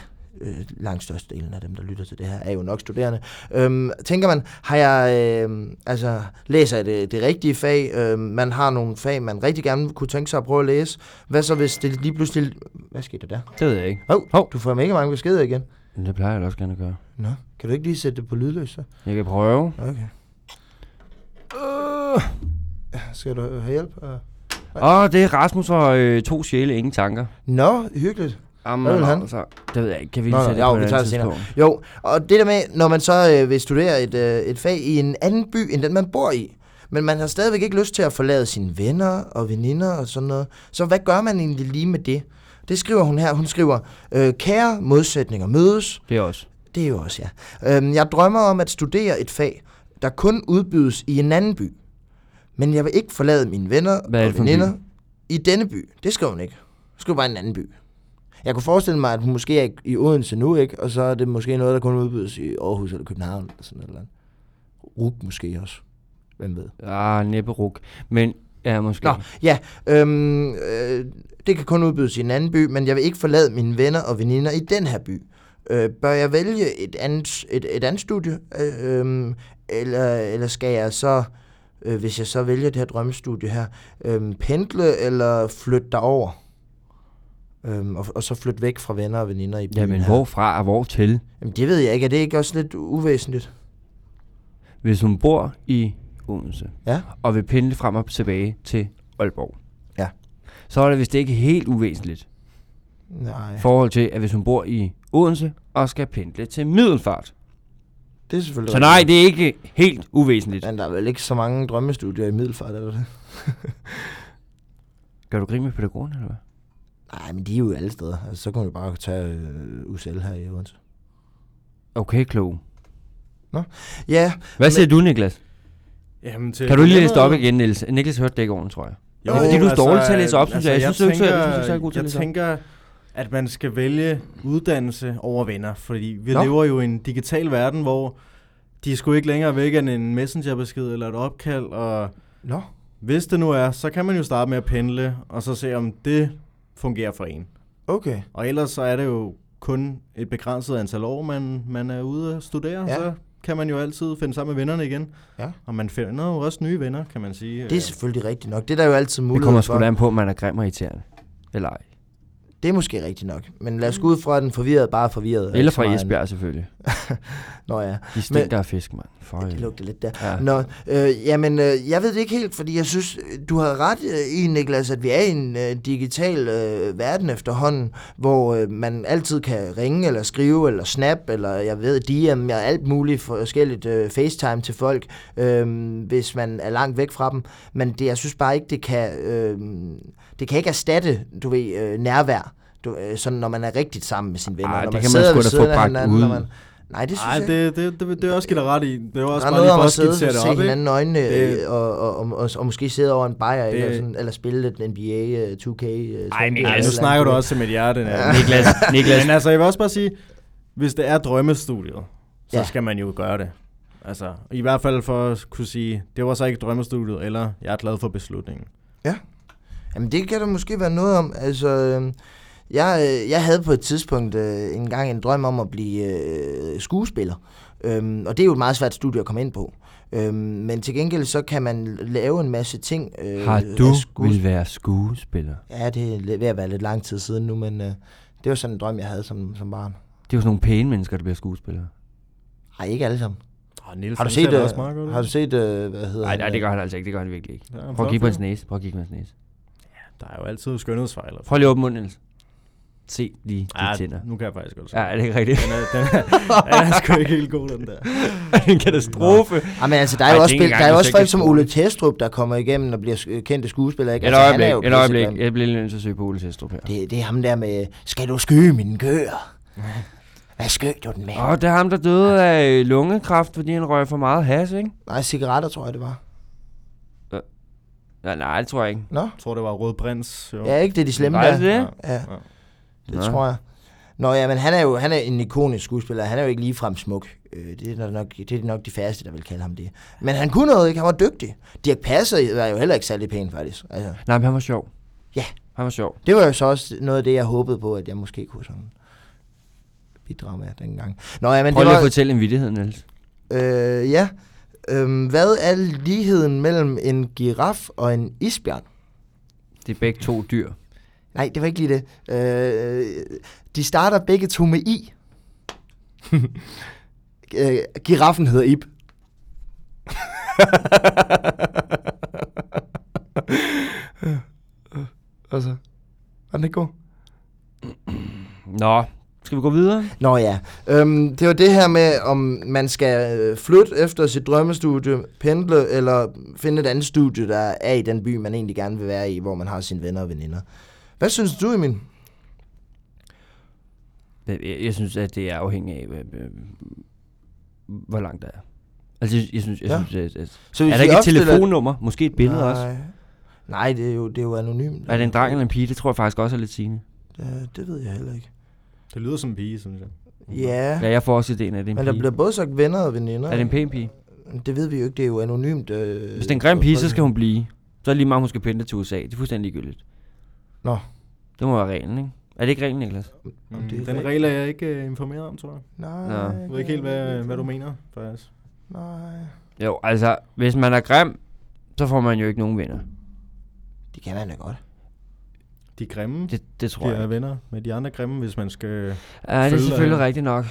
øh, langt størstedelen af dem, der lytter til det her, er jo nok studerende, øhm, tænker man, har jeg, øhm, altså, læser jeg det, det rigtige fag, øhm, man har nogle fag, man rigtig gerne kunne tænke sig at prøve at læse, hvad så hvis det lige pludselig, hvad skete der der?
Det ved jeg ikke.
Hov,
Hov.
du får mega mange beskeder igen.
Men det plejer jeg da også gerne at gøre.
Nå, kan du ikke lige sætte det på lydløs så?
Jeg kan prøve.
Okay. Øh. Skal du have hjælp? Uh...
Åh, det er Rasmus og øh, to sjæle, ingen tanker.
Nå, hyggeligt.
Jamen,
Hvad vil han?
Altså, det ved jeg ikke. Kan vi
Nå, nå,
lige sætte det
jo,
på
vi
et
tager det
andet
senere.
tidspunkt?
Jo, og det der med, når man så øh, vil studere et, øh, et fag i en anden by, end den man bor i, men man har stadigvæk ikke lyst til at forlade sine venner og veninder og sådan noget, så hvad gør man egentlig lige med det? Det skriver hun her. Hun skriver, øh, kære modsætninger mødes,
Det er også.
Det er jo også, ja. Øhm, jeg drømmer om at studere et fag, der kun udbydes i en anden by. Men jeg vil ikke forlade mine venner
Hvad er det
og
for en
veninder i denne by. Det skrev hun ikke. Hun skrev bare en anden by. Jeg kunne forestille mig, at hun måske er i- i Odense nu, ikke? Og så er det måske noget, der kun udbydes i Aarhus eller København eller sådan noget. RUG måske også. Hvem ved?
Ah, næpperuk. Men, ja, måske.
Nå, ja. Øhm, øh, det kan kun udbydes i en anden by, men jeg vil ikke forlade mine venner og veninder i den her by. Øh, bør jeg vælge et andet, et, et andet studie, øh, øhm, eller, eller skal jeg så, øh, hvis jeg så vælger det her drømmestudie her, øh, pendle eller flytte derover? Øhm, og, og så flytte væk fra venner og veninder i byen
Jamen,
her.
hvorfra og hvor til?
Jamen, det ved jeg ikke. Er det ikke også lidt uvæsentligt?
Hvis hun bor i Odense,
Ja.
og vil pendle frem og tilbage til Aalborg,
Ja.
så er det vist ikke helt uvæsentligt
Nej.
i forhold til, at hvis hun bor i Odense og skal pendle til Middelfart,
Det er selvfølgelig
Så nej, det er ikke helt uvæsentligt.
Men der er vel ikke så mange drømmestudier i Middelfart, eller det?
Gør du grin med pædagogerne, eller hvad?
Nej, men de er jo alle steder. Altså, så kan man jo bare tage øh, UCL her i Odense.
Okay, klog.
Ja,
Hvad siger du, Niklas?
Jamen, til
Kan du lige læse Øh, det op igen, Niels? Niklas hørte det ikke ordentligt, tror jeg.
Jo, fordi
du er
altså,
dårlig til at læse op, synes jeg. Jeg synes, du ikke selv- jeg synes, du selv er god til at
Jeg
læse op.
tænker, at man skal vælge uddannelse over venner, fordi vi
Nå.
Nå. lever jo i en digital verden, hvor de er sgu ikke længere væk end en messengerbesked eller et opkald, og
Nå.
hvis det nu er, så kan man jo starte med at pendle, og så se, om det fungerer for en.
okay.
Og ellers så er det jo kun et begrænset antal år, man, man er ude at studere,
Ja.
ja. så kan man jo altid finde sammen med vennerne igen.
Ja.
Og man finder jo også nye venner, kan man sige.
Det er selvfølgelig rigtigt nok. Det er der jo altid
Det
mulighed
kommer
for.
sgu da an på, om man er grim og irriterende. Eller ej.
Det er måske rigtigt nok. Men lad os gå ud fra, at den forvirrede bare er forvirret. og
Eller
ikke så
fra
meget
Esbjerg, selvfølgelig.
andet. Nå ja,
De stinker af fisk, mand. Føj.
det lugter lidt der.
Ja.
Nå, øh, jamen, øh, jeg ved det ikke helt, fordi jeg synes, øh, du har ret øh, i, Niklas, at vi er i en øh, digital øh, verden efterhånden, hvor øh, man altid kan ringe, eller skrive, eller snap, eller jeg ved, DM, ja, alt muligt forskelligt øh, facetime til folk, øh, hvis man er langt væk fra dem. Men det, jeg synes bare ikke, det kan, øh, det kan ikke erstatte, du ved, øh, nærvær. Du, øh, sådan, når man er rigtigt sammen med sine venner.
Ej,
når man
det kan man
sidder
sgu
ved
da få
siden af
bragt
hinanden,
ud.
når Man... Nej, det synes
Ej,
jeg ikke.
det, det, det, det er også skidt ret i. Det er jo
Der
også
er
bare
noget
lige
om
for
at
at
sidde
skitsere
og
det
se
op, ikke?
hinanden øjnene,
Det-
det... og, og, og, og, og måske sidde over en bajer, det... eller,
Det-
sådan, eller spille lidt NBA øh, 2K. Øh,
Ej, men
Ja,
altså,
nu snakker du også til mit hjerte. Ja.
Niklas, Niklas.
Men altså, jeg vil også bare sige, hvis det er drømmestudiet, så
Ja.
ja. skal man jo gøre det. Altså, i hvert fald for at kunne sige, det var så ikke drømmestudiet, eller jeg er glad for beslutningen.
Jamen, det kan der måske være noget om. Altså, øh, jeg, øh, jeg havde på et tidspunkt øh, engang en drøm om at blive øh, skuespiller. Øhm, og det er jo et meget svært studie at komme ind på. Øhm, men til gengæld så kan man lave en masse ting. Øh,
Har
af
du
skues-
vil være skuespiller?
Ja, det er lidt- ved at være lidt lang tid siden nu, men øh, det var sådan en drøm, jeg havde som, som barn.
Det er jo sådan nogle pæne mennesker, der bliver skuespillere.
Ej, ikke alle sammen.
Oh, Niels,
Har du
han
set,
ser da
øh,
også meget godt ud.
har du set øh, hvad hedder
Nej, nej,
han,
det gør han altså ikke. Det gør han virkelig ikke.
Ja, han er
Prøv at
flot
kigge på
fyr.
hans næse. Prøv at kigge på hans næse.
Der er jo altid skønhedsfejler.
Prøv lige at åbne munden, Niels. Se lige de
Ja,
tænder.
nu kan jeg faktisk godt se.
Ja, er det ikke rigtigt?
Den er, den er, den er sgu ikke helt god, den der.
en katastrofe.
Ja, men altså, der er
Ej,
jo
det
også,
er ikke
spil,
engang
der er jo
en
også folk som
sektor.
Ole Testrup, der kommer igennem og bliver sk- kendte skuespillere. Ikke?
Et
Altså, han er
øjeblik,
jo
et øjeblik.
pissegrim.
Jeg bliver lige nødt til at søge på Ole Sestrup her.
Det, det er ham der med, skal du skyde mine køer? Hvad skød du den med?
Åh, det er Altså. ham, der døde af lungekræft, fordi han røg for meget has, ikke?
Nej, cigaretter tror jeg, det var.
Nej, nej, det tror jeg ikke.
Nå?
Jeg tror, det var Rød Prins. Jo.
Ja, ikke det er de slemme
Var
der.
det det?
Ja,
Ja.
det
Nå.
tror jeg. Nå ja, men han er jo han er en ikonisk skuespiller. Han er jo ikke ligefrem smuk. Øh, det, er nok, det er nok de færreste, der vil kalde ham det. Men han kunne noget, ikke? Han var dygtig. Dirk Passer var jo heller ikke særlig pæn, faktisk. Altså,
Nej, men han var sjov.
Ja.
Han var sjov.
Det var jo så også noget af det, jeg håbede på, at jeg måske kunne sådan bidrage med dengang. Nå ja, men
Prøv
det
lige at
var...
fortælle en vittighed, Niels.
Øh, ja. Øhm, hvad er ligheden mellem en giraf og en isbjørn?
Det er begge to dyr.
Nej, det var ikke lige det. Øh, de starter begge to med i. øh, giraffen hedder Ib. altså, var den ikke god?
Nå, skal vi gå videre?
Nå ja, øhm, det var det her med, om man skal øh, flytte efter sit drømmestudie, pendle eller finde et andet studie, der er i den by, man egentlig gerne vil være i, hvor man har sine venner og veninder. Hvad synes du, Emil?
Jeg, jeg- jeg synes, at det er afhængigt af, hvad- hvad- hvor langt der er. Altså, jeg, jeg synes, jeg
Ja.
synes at, at,
Så
er der
vi
ikke et
opstiller-
telefonnummer? Måske et billede
Nej.
også?
Nej, det er jo, det er jo anonymt.
Er det en dreng eller en pige? Det tror jeg faktisk også er lidt sigende.
Det, det ved jeg heller ikke.
Det lyder som en pige, synes jeg.
Ja,
Ja, jeg får også ideen, at det er en
men der
pige.
bliver både sagt venner og veninder.
Er det en pæn pige?
Det ved vi jo ikke, det er jo anonymt. Øh,
Hvis det er en grim pige, så skal hun blive. Så er det lige meget, om hun skal pendle til USA. Det er fuldstændig ligegyldigt.
Nå.
Det må være reglen, ikke? Er det ikke reglen, Niklas?
Om det er
Mm, den
rigtigt.
regel er jeg ikke uh, informeret om, tror jeg.
Nej.
Nå. Jeg
Jeg ved ikke helt, hvad, hvad du mener, faktisk.
Nej.
Jo, altså, hvis man er grim, så får man jo ikke nogen venner.
Det kan man da godt.
De grimme
Det, det tror jeg.
bliver
ikke.
venner med de andre grimme, hvis man skal...
Ja, det er
følge
selvfølgelig
dig.
rigtigt nok.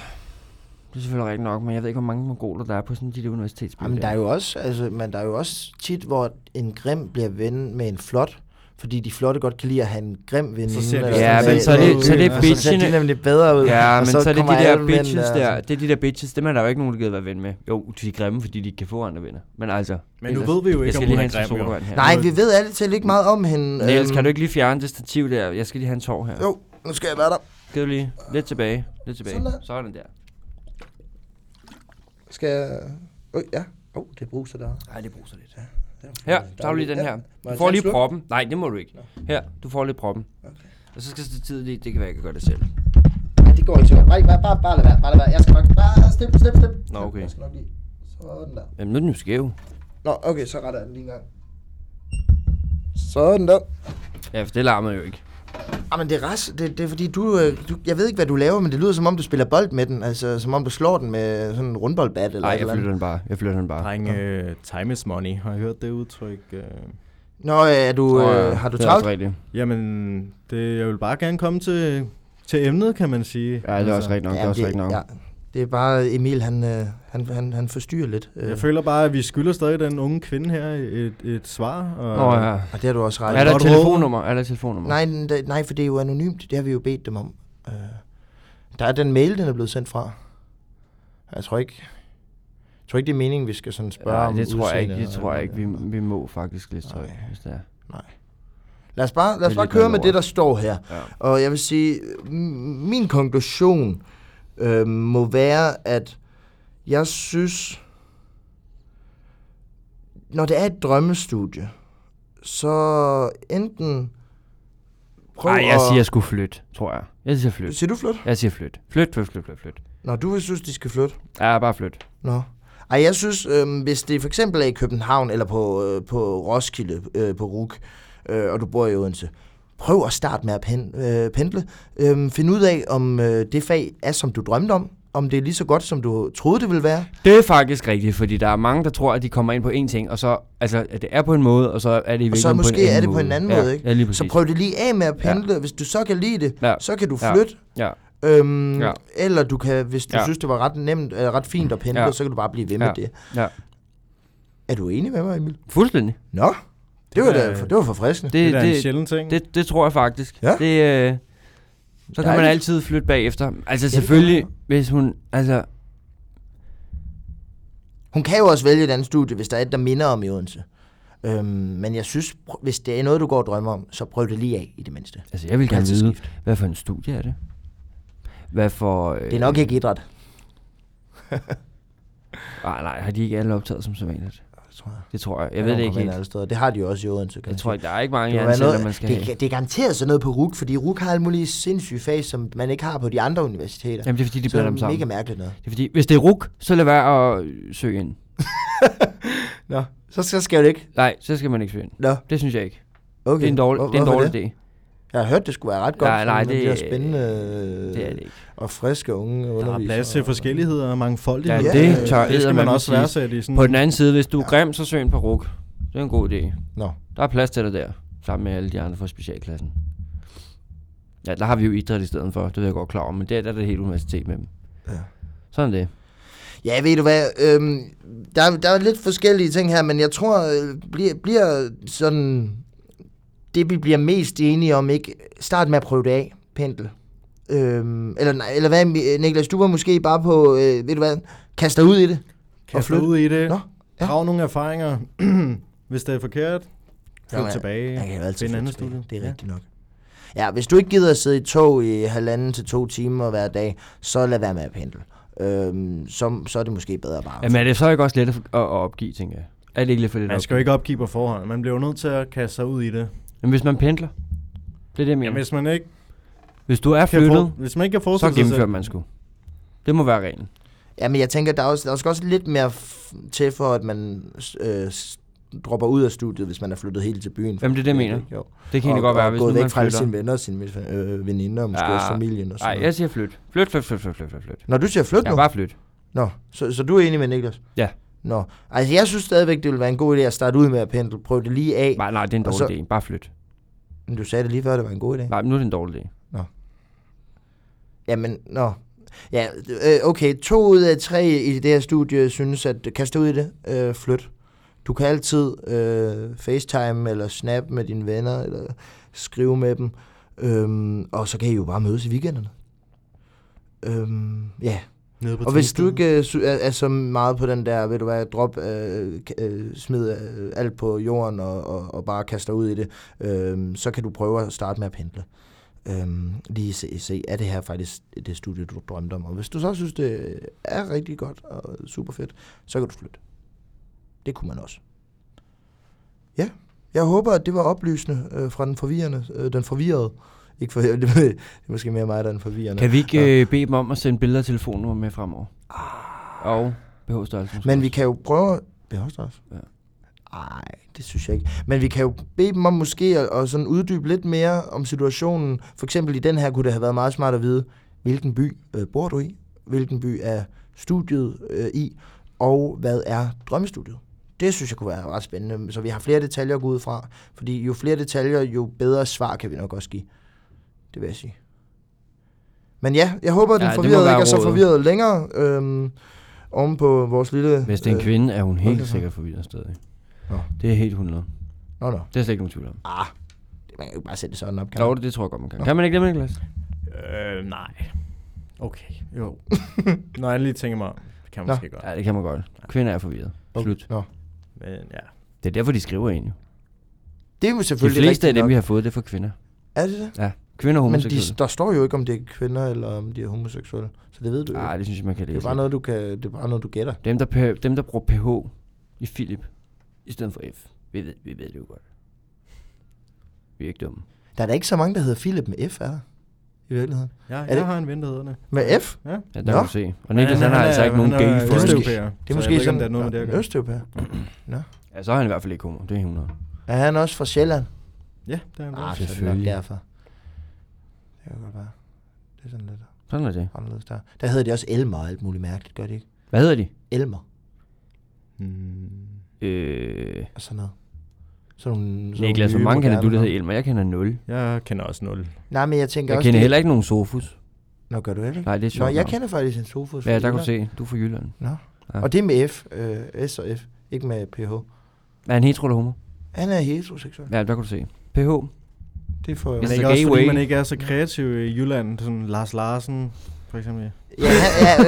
Det er selvfølgelig rigtigt nok, men jeg ved ikke, hvor mange mongoler der er på sådan de der universitetsbyer.
Jamen, der
der.
er jo også, altså, men der er jo også tit, hvor en grim bliver ven med en flot, fordi de flotte godt kan lide at have en grim veninde.
Så ser de
eller
sådan
sådan
Ja,
men
noget
så er
i
det- så er det
byen, og Så ser
bitchene.
de nemlig bedre ud.
Ja,
og
men så, er det de
kommer alle
der
mænd altså.
bitches der.
sådan.
Det er de der bitches, dem er der jo ikke nogen, der gider være ven med. Jo, de er grimme, fordi de ikke kan få andre venner. Men altså...
Men nu ved vi jo
jeg
ikke,
skal
om
lige
hun
have
er
en
grim. jo.
grim, her.
Nej, vi ved alle til ikke meget om hende.
Niels,
Øhm,
kan du ikke lige fjerne det stativ der? Jeg skal lige have en tår her.
Jo, nu skal jeg være der.
Giv lige lidt tilbage. Lidt tilbage.
Sådan der.
Sådan der.
Skal jeg... Øh, ja. Åh, oh, det bruser der. Nej, det bruser lidt. Ja.
Her, tager du lige den her.
Må
Du
jeg
får
tage
lige
en slurk?
proppen. Nej, det må du ikke. Her, du får lige proppen. Og så skal det tid lige, det kan være, jeg kan gøre det selv.
Nej, det går ikke så godt. Nej, bare, bare, bare lad være. Bare lad være. Jeg skal nok... Bare step, step, step.
Nå, okay.
Jeg skal nok lige... Sådan der.
Jamen, nu er den jo skæv.
Nå, okay, så retter jeg den lige en gang. Sådan der.
Ja, for det larmer jo ikke.
Jamen, Ah, det er ras. Det, det er fordi, du, øh, du... Jeg ved ikke, hvad du laver, men det lyder som om, du spiller bold med den. Altså, som om du slår den med sådan en rundboldbat eller
Nej,
et
jeg
eller
flytter
andet.
den bare. Jeg flytter den bare.
Dreng, øh, time is money. Har I hørt det udtryk? Øh?
Nå, øh, er du, øh, har du
det er også
travlt?
rigtigt.
Jamen, det, jeg vil bare gerne komme til, til emnet, kan man sige. Altså,
Ja, det er også rigtigt nok. Det er også rigtigt nok.
ja. det er bare Emil, han, øh, han, han, han forstyrrer lidt. Øh,
Jeg føler bare, at vi skylder stadig den unge kvinde her et, et svar. Og
Nå ja.
og det har du også ret i.
Er der et
Godt råd.
telefonnummer? Er der et telefonnummer?
Nej, den- det- nej, for det er jo anonymt. Det har vi jo bedt dem om. Øh, der er den mail, den er blevet sendt fra. Jeg tror ikke, jeg tror ikke det er meningen, vi skal sådan spørge
Nej,
om
det tror jeg
udseende
ikke. Det
og
tror jeg
alt
ikke. Vi,
det der.
vi må faktisk lidt tøj,
Nej.
hvis det er.
Lad os bare, lad
Det
os
er
bare
lidt
køre med
lort.
det, der står her.
Ja.
Og jeg vil sige, m- min konklusion øh, må være, at jeg synes, når det er et drømmestudie, så enten... prøv
Nej, jeg
at-
siger sgu flyt, tror jeg. Jeg siger flyt.
Siger du flyt?
Jeg siger flyt. Flyt, flyt, flyt, flyt, flyt.
Nå, du vil synes, de skal flytte.
Ja, bare flyt.
Nå. Ej, jeg synes, øh, hvis det for eksempel er i København eller på, øh, på Roskilde, øh, på RUK, øh, og du bor i Odense, prøv at starte med at pen, øh, pendle. Øh, find ud af, om øh, det fag er, som du drømte om, om det er lige så godt, som du troede, det ville være.
Det er faktisk rigtigt, fordi der er mange, der tror, at de kommer ind på én ting, og så, altså, at det er på en måde, og så er det i
Og så
virkeligheden på en
måske
anden
er det på en
måde.
anden
ja,
måde, ikke?
Ja, lige præcis.
Så prøv det lige af med at pendle. Hvis du så kan lide det,
Ja.
så kan du
Ja.
flytte.
Ja.
Øhm,
Ja.
Eller du kan, hvis du
Ja.
synes, det var ret nemt, eller ret fint at pendle,
Ja.
så kan du bare blive ved med
Ja.
det.
Ja.
Er du enig med mig, Emil?
Fuldstændig.
Nå, det var,
er-
da, det var forfriskende.
Det,
Det, er da en
det, det,
sjælden ting.
det, det tror jeg faktisk.
Ja.
Det, øh, så kan man
Dejligt.
altid flytte bagefter. Altså
det kan
selvfølgelig,
man.
hvis hun... Altså,
Hun kan jo også vælge et andet studie, hvis der er et, der minder om i Odense. Øhm, men jeg synes, pr- hvis det er noget, du går og drømmer om, så prøv det lige af i det mindste.
altså jeg vil gerne
Altid
vide,
skift.
hvad for en studie er det? Hvad for... Øh,
Det er nok ikke idræt,
Nej, nej, har de ikke alle optaget som sædvanligt?
tror jeg.
Det tror jeg. Jeg ved det ikke helt.
helt. Steder. Det har de jo også i Odense. Kan
Jeg
man
tror
sige.
ikke, der er ikke mange
det, må være
ansætter, man
noget,
skal
det,
have.
kan- det er garanteret sådan noget på RUK, fordi RUK har alle mulige sindssyge fag, som man ikke har på de andre universiteter.
Jamen det er fordi, de
så er
blander dem
det mega
sammen.
mærkeligt noget.
Det er fordi, hvis det er ruk, så lad være at øh, søge ind.
Nå. Så, så skal jeg det ikke.
Nej, så skal man ikke søge ind.
Nå,
Det synes jeg ikke.
okay.
Det er en dårlig,
Hvor-
det er en
hvorfor
dårlig idé.
Jeg har hørt, det skulle være ret godt.
Nej, nej,
sådan, med
det-
de her spændende øh,
Det er det ikke.
og friske unge
Der er
undervisere.
plads til
og-
forskelligheder og mangfoldighed.
Ja, det
Øh,
tør
det skal man
eddermame
også
sige.
værdsætte i sådan
På den anden side, hvis du er grim, så søg en peruk. Det er en god idé.
Nå.
Der er plads til dig der, sammen med alle de andre fra specialklassen. Ja, der har vi jo idræt i stedet for, det er jeg godt klar over, men der, der er det helt universitet med dem.
Ja.
Sådan er det.
Ja, ved du hvad, øhm, der, er- der er lidt forskellige ting her, men jeg tror, øh, bliver, bliver sådan, det vi bliver mest enige om, ikke? Start med at prøve det af, pendel. Øhm, eller, nej, eller hvad, Mi- Niklas, du var måske bare på, øh, ved du hvad, kast dig ud i det. og
kaste
flytte.
ud i det.
Nå, ja.
Drag nogle erfaringer. Hvis det er forkert, flyt
Jamen,
tilbage.
Jeg kan jo altid
Find
flytte
andet
tilbage.
studie.
Det er
Ja.
rigtigt nok. Ja, hvis du ikke gider at sidde i tog i halvanden til to timer hver dag, så lad være med at pendle. Øhm, så, så er det måske bedre bare.
Jamen er det så ikke også let at, at opgive, tænker jeg? Er det ikke lidt for lidt at
Man skal jo ikke opgive på forhånd. Man bliver jo nødt til at kaste sig ud i det.
opgive? Men hvis man pendler, det er det, jeg
Ja,
mener.
hvis man ikke
Hvis du er
kan,
flyttet,
for, hvis man ikke kan
så
forestille sig
gennemfører
selv,
man sgu. Det må være reglen.
Ja, men jeg tænker, der er, også, der er også også lidt mere f- til for, at man øh, s- dropper ud af studiet, hvis man er flyttet helt til byen.
Jamen, det er det, jeg mener.
Jo.
Det kan egentlig
og,
godt være,
og
hvis nu
gået
man
væk fra alle
flytter.
sine venner og sine øh, veninder, og måske
Ja.
også familien og sådan
Nej,
noget.
jeg siger flyt. Flyt, flyt, flyt, flyt, flyt, flyt, flyt.
Når du siger flyt
Ja,
nu?
bare flyt.
Nå, så, så du er enig med Niklas?
Ja.
Nå, altså jeg synes stadigvæk, det ville være en god idé at starte ud med at pendle. Prøv det lige af.
Nej, nej, det er en
Og
dårlig idé. Bare flyt.
Men du sagde det lige før, det var en god idé.
Nej, men nu er det en dårlig idé.
Jamen, nå. Ja, øh, okay. To ud af tre i det her studie synes, at kast dig ud i det. Øh, flyt. Du kan altid øh, facetime eller snap med dine venner, eller skrive med dem, øhm, og så kan I jo bare mødes i weekenderne. Øhm, ja, yeah.
Nede på
Og hvis du
Tingsted.
ikke øh, sy- er, er så meget på den der, ved du hvad, drop, øh, k- øh, smid øh, alt på jorden og, og, og bare kaster ud i det, øh, så kan du prøve at starte med at pendle. Øh, lige se, se, er det her faktisk det studie, du drømte om? Og hvis du så synes, det er rigtig godt og super fedt, så kan du flytte. Det kunne man også. Ja, jeg håber, at det var oplysende øh, fra den forvirrende, øh, den forvirrede. Ikke for, det er måske mere mig, der er den forvirrende.
Kan vi ikke øh, bede dem om at sende billeder og telefonnummer med fremover? Og behøvstørrelse måske
Ah. Men vi
også.
kan jo prøve at... Beholdsstraf?
Ja.
Nej, det synes jeg ikke. Men vi kan jo bede dem om måske at, at sådan uddybe lidt mere om situationen. For eksempel i den her kunne det have været meget smart at vide, hvilken by øh, bor du i? Hvilken by er studiet øh, i? Og hvad er drømmestudiet? Det synes jeg kunne være ret spændende, så vi har flere detaljer at gå ud fra. Fordi jo flere detaljer, jo bedre svar kan vi nok også give. Det vil jeg sige. Men ja, jeg håber, at den
Ja,
ja,
det må
forvirrede
være
ikke er så
rådet.
forvirret længere. Øhm, oven på vores lille... øh,
Hvis det er en kvinde, er hun
hold
helt
da op.
sikkert forvirret stadig.
Nå.
Det er helt 100.
Nå, nå.
Det er slet ikke nogen tvivl om.
Ah, det- man kan jo bare sætte det sådan op, kan
Kan jo,
man?
det, det tror jeg godt, man kan. Kan man ikke det, Niklas?
Øh, nej. Okay, jo. Når jeg lige tænker mig om, det kan man
Nå.
måske godt.
Ja, det kan man godt. Kvinder er forvirret. Slut.
Nå.
Men ja.
Det er derfor, de skriver ind jo.
Det er jo
De
selvfølgelig
fleste af dem, vi
rigtigt
har fået, det er for kvinder.
nok. Er det det?
Ja, kvinder og
Men
homoseksuelle.
de, der står jo ikke, om det er kvinder eller om de er homoseksuelle. Så det ved du jo.
Nej,
ikke.
det synes jeg, man kan
Det
læse.
er bare noget, du, kan, det er bare noget, du gætter.
Dem, der, ph- dem, der bruger PH i Philip, i stedet for F. Vi ved, vi ved det jo godt. Vi er ikke dumme.
Der er da ikke så mange, der hedder Philip med F, er der? I virkeligheden.
Jeg,
det-
jeg har en ven, der hedder det.
Med F?
Ja, der
Nå.
kan du se. Og Niklas, han, har altså ikke nogen gay
er
friends.
østeuropæer.
Det
Det er måske sådan,
der er noget med det at
en
gøre.
østeuropæer.
Ja, så er han i hvert fald ikke homo. Det er 100.
Er han også fra Sjælland?
Ja, det er en
Ah,
ah,
så er det nok
selvfølgelig.
derfor. Det kan godt være. Det er sådan lidt
Sådan er det.
anderledes der. Der hedder det også Elmer og alt muligt mærkeligt, gør det ikke?
Hvad hedder de?
Elmer
hmm.
Øh,
og sådan noget. Sådan, nogle- sådan
Niklas, hvor
nye,
mange kender du,
moderne
der hedder
navne.
Elmer? Jeg kender 0.
Jeg kender også 0.
Nej, men jeg tænker
Jeg
også...
kender
det-
heller ikke nogen Sofus.
Nå, gør du heller ikke?
Nej, det er
Nå,
sjovt.
jeg
nok.
kender faktisk en sofus.
Ja, der kan du se. Du er fra Jylland.
Og det er med F, øh, S og F, ikke med PH.
Er han hetero eller homo?
Han er heteroseksuel.
Ja, der kan du se. PH.
Det får jeg.
Jeg
Men
Altså,
ikke også,
Gateway.
fordi man ikke er så kreativ i Jylland. Sådan Lars Larsen, for eksempel.
Ja, han, ja,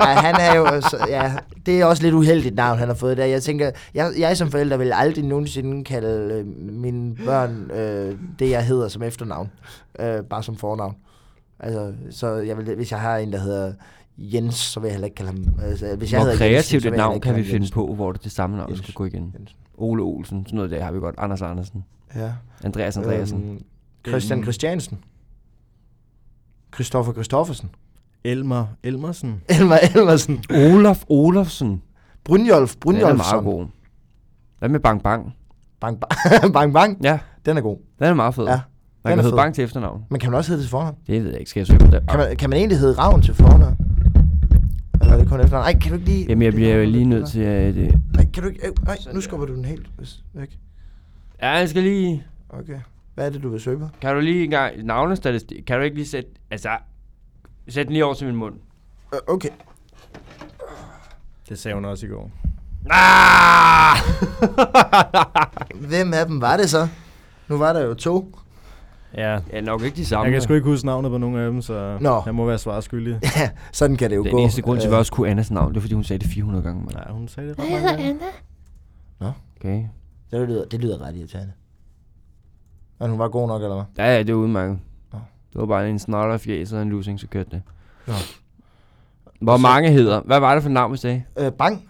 ja, han er jo... også- Ja, det er også lidt uheldigt navn, han har fået der. Jeg tænker, jeg, jeg som forælder vil aldrig nogensinde kalde øh, mine børn øh, det, jeg hedder som efternavn. Øh, bare som fornavn. Altså, så jeg vil, hvis jeg har en, der hedder Jens, så vil jeg heller ikke kalde ham... Altså, hvis jeg
Hvor
hedder
kreativt
Jensen, så
et
vil jeg heller
navn
ikke
kan
kalde
vi
ham
finde på, hvor det, det samme navn
Jensen.
skal gå igen.
Jensen.
Ole Olsen, sådan noget der har vi godt. Anders Andersen.
Ja.
Andreas Andreasen.
Øhm, Christian
Øhm.
Christiansen. Christoffer Christoffersen.
Elmer Elmersen.
Elmer Elmersen.
Olaf Olofsen.
Brynjolf
Den er meget
Brynjolfsson.
god. Hvad med Bang Bang?
Bang, bang, bang, bang.
Ja,
Den er god.
den er meget fed.
Ja,
Ja,
den
man kan
er
hedde
fed.
Bang til efternavn.
Men kan man også hedde det til fornavn?
Det ved jeg ikke. Skal jeg søge på det?
Kan man, kan man egentlig hedde Ravn til fornavn? Eller er det kun efternavn? Nej, kan du ikke lige...
Jamen, jeg bliver jo lige nødt til at... øh,
Nej, kan du ikke... Øh, nej, nu skubber du den helt væk.
Ja, jeg skal lige...
Okay. Hvad er det, du vil søge på?
Kan du lige engang... Navnestatistik... Kan du ikke lige sætte... Altså... Sæt den lige over til min mund.
Øh, Okay.
Det sagde hun også i går.
Ah!
Hvem af dem var det så? Nu var der jo to.
Ja.
ja, nok ikke de samme.
Jeg kan sgu ikke huske navnet på nogen af dem, så
Nå.
jeg må være svarskyldig.
Ja, sådan kan det jo
Den
gå.
eneste grund til, at
Øh,
vi også kunne Annas navn, det er, fordi hun sagde det 400 gange. mand.
Nej, hun sagde det
Jeg
ret
hedder
meget.
Anna.
Okay.
Det lyder, det lyder ret irriterende. Men hun var god nok, eller hvad?
Ja, ja, det er udmærket.
Nå.
Det var bare en snotterfjæs og en losing, så kørte det.
Nå.
Hvor mange hedder? Hvad var det for et navn, vi sagde?
Øh, bang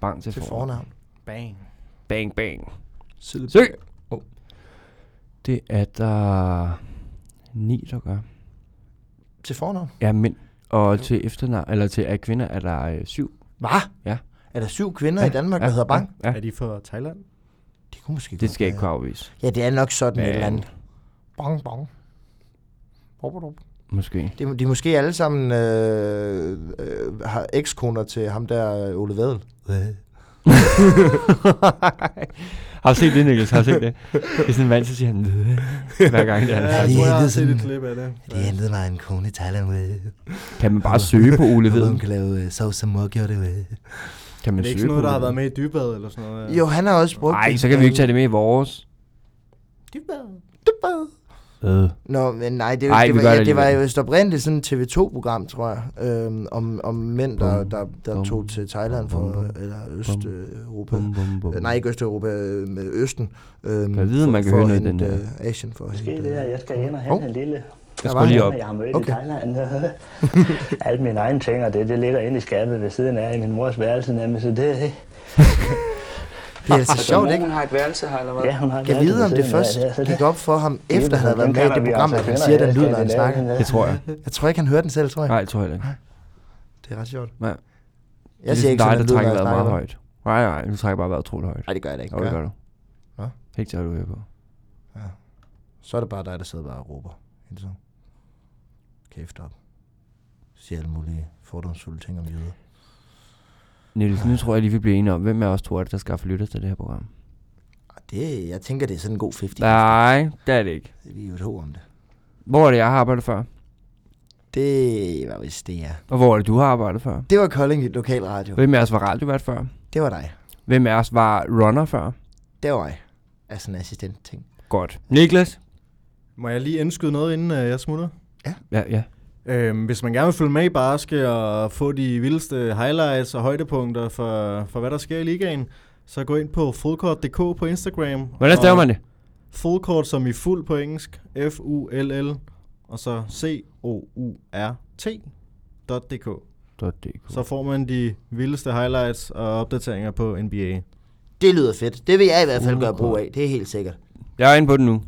Bang til,
til
fornavn.
fornavn.
Bang.
Bang, bang.
Sød.
Søg!
Åh.
Det er der ni, der gør.
Til fornavn?
Ja, mænd. Og til efternavn, eller til at kvinder er der øh, syv.
Hvad?
Ja.
Er der syv kvinder
ja,
i Danmark,
ja,
der hedder Bang?
Ja, ja.
Er de fra Thailand?
Det kunne måske
Det
godt
skal jeg ikke
være.
kunne afvise.
Ja, det er nok sådan et
Men-
eller andet. Bang, bang. Bop, bop, bop.
Måske.
Det, de er måske alle sammen øh, øh, har ekskoner til ham der øh, Ole Vedel.
har du set det, Niklas? Har du set det? Det er sådan en vand, så siger han, "Øh," hver gang det er.
Ja,
jeg
han
det
tror,
er
jeg har
lidt
set
sådan-
et klip af det.
Det hentede mig en kone i Thailand. Øh.
Kan man bare søge på Ole
Hun
Vedel?
kan lave øh, sovs, som mor gjorde det. Øh.
Kan
Men
man
det er
søge
ikke sådan noget,
på
der har
det?
været med i dybbad eller sådan noget.
Jo, han har også brugt
Nej,
det.
så kan vi ikke tage det med i vores.
Dybbad. Dybbad.
Øh.
Nå, men nej, det,
Ej,
Ej, det,
vi
var,
gør det
ja, det var
alligevel.
jo oprindeligt sådan et TV2-program, tror jeg, øhm, om, om mænd, der,
Bum,
der, der
bum,
tog til Thailand
bum,
for,
bum,
eller Østeuropa.
Bum, bum, bum.
Øh, Nej, ikke Østeuropa, øh, med Østen. Øhm,
Jeg ved, om man kan
for
høre
at
noget i den
hente,
her.
øh, Asien for at
Måske
hente.
det der,
øh,
jeg skal hen og hente
Hov.
en lille
Jeg
Der
skulle lige op.
dame, jeg har mødt
Okay.
okay. i Thailand. Alt mine egne ting, og det, det ligger inde i skabet ved siden af i min mors værelse nemlig, så det
Det er altså sjovt, ikke?
Hun har et værelse her, eller hvad?
ja, hun har
Jeg
værelse ved
ved, om det
siden af
først
der, så
gik op for ham, efter han havde været med
Dem
i det
kalder vi
program,
altså
at han
kvinder
siger
her
den
i
lyd, når han
Skandinavien,
snakker.
ja.
Det tror jeg.
Jeg tror ikke, han hører den selv, tror jeg.
Nej, det tror jeg ikke.
Det er ret sjort.
Nej.
Jeg siger ikke,
ligesom
sådan
dig, der
en lyd, når
trækker
jeg
vejret meget
snakker.
højt. Nej, nej, du trækker bare vejret utroligt højt.
Nej, det gør jeg da ikke.
Jo, det
gør jeg.
gør du.
Hva?
Ikke til, hvad du hører på.
Så er det bare dig, der sidder bare og råber. hele tiden. Kæft op. Siger alle mulige fordomsfulde ting om jøder.
Niels, nu tror jeg lige, vi bliver enige om, hvem af os to er det, der skaffer lytter til det her program.
Ej, Det, jeg tænker, det er sådan en god 50.
Nej, det er det ikke.
Vi er jo to om det.
Hvor er det, jeg har arbejdet før?
Det var vist det, ja.
Og hvor er det, du har arbejdet før?
Det var Kolding i lokalradio.
Hvem af os var radiovært før?
Det var dig.
Hvem af os var runner før?
Det var jeg. Altså en assistent ting.
Godt. Niklas?
Må jeg lige indskyde noget, inden øh, jeg smutter?
Ja, ja.
Øhm, hvis man gerne vil følge med i Barske og få de vildeste highlights og højdepunkter for, for hvad der sker i ligaen, så gå ind på fullcourt.dk på Instagram.
Hvordan
Og
staver man det?
Fullcourt som i fuld på engelsk. F-U-L-L og så C-O-U-R-T .dk.
.dk.
Så får man de vildeste highlights og opdateringer på NBA.
Det lyder fedt. Det vil jeg i hvert fald gøre
Uh,
brug af. Det er helt sikkert.
Jeg er inde på den nu.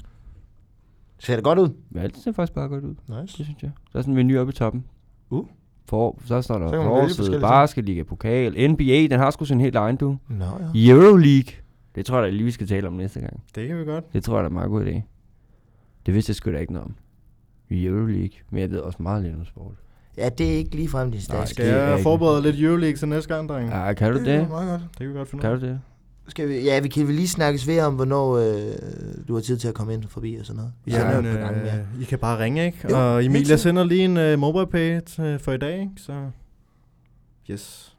Ser det godt ud?
Ja, det ser faktisk bare godt ud.
Nice.
Det synes jeg. Så er sådan en menu oppe i toppen.
Uh.
For, så står der
Så kan man vælge
forside,
forskellige ting.
basketliga, pokal, NBA, den har sgu sin helt egen, du.
Nå, ja.
Euroleague. Det tror jeg da lige, vi skal tale om næste gang.
Det kan vi godt.
Det tror jeg da er en meget god idé. Det vidste jeg sgu da ikke noget om. Euroleague, men jeg ved også meget lidt om sport.
Ja, det er ikke ligefrem din
Nej,
stærk.
Skal
det er
jeg
ikke-
forberede lidt Euroleague til næste gang, drenge?
Ja, Ah, kan du det?
meget godt.
Det kan vi godt finde ud
Kan
af.
du det?
Skal vi, ja, vi kan vel lige snakkes ved om, hvornår øh, du har tid til at komme ind forbi og sådan noget. Vi sender
Ja,
jo
men,
et par gange mere.
øh, I kan bare ringe, ikke?
Jo,
Jo, og
helt
Emil,
sikkert.
jeg sender lige en uh, mobile pay til, for i dag, ikke? Så yes.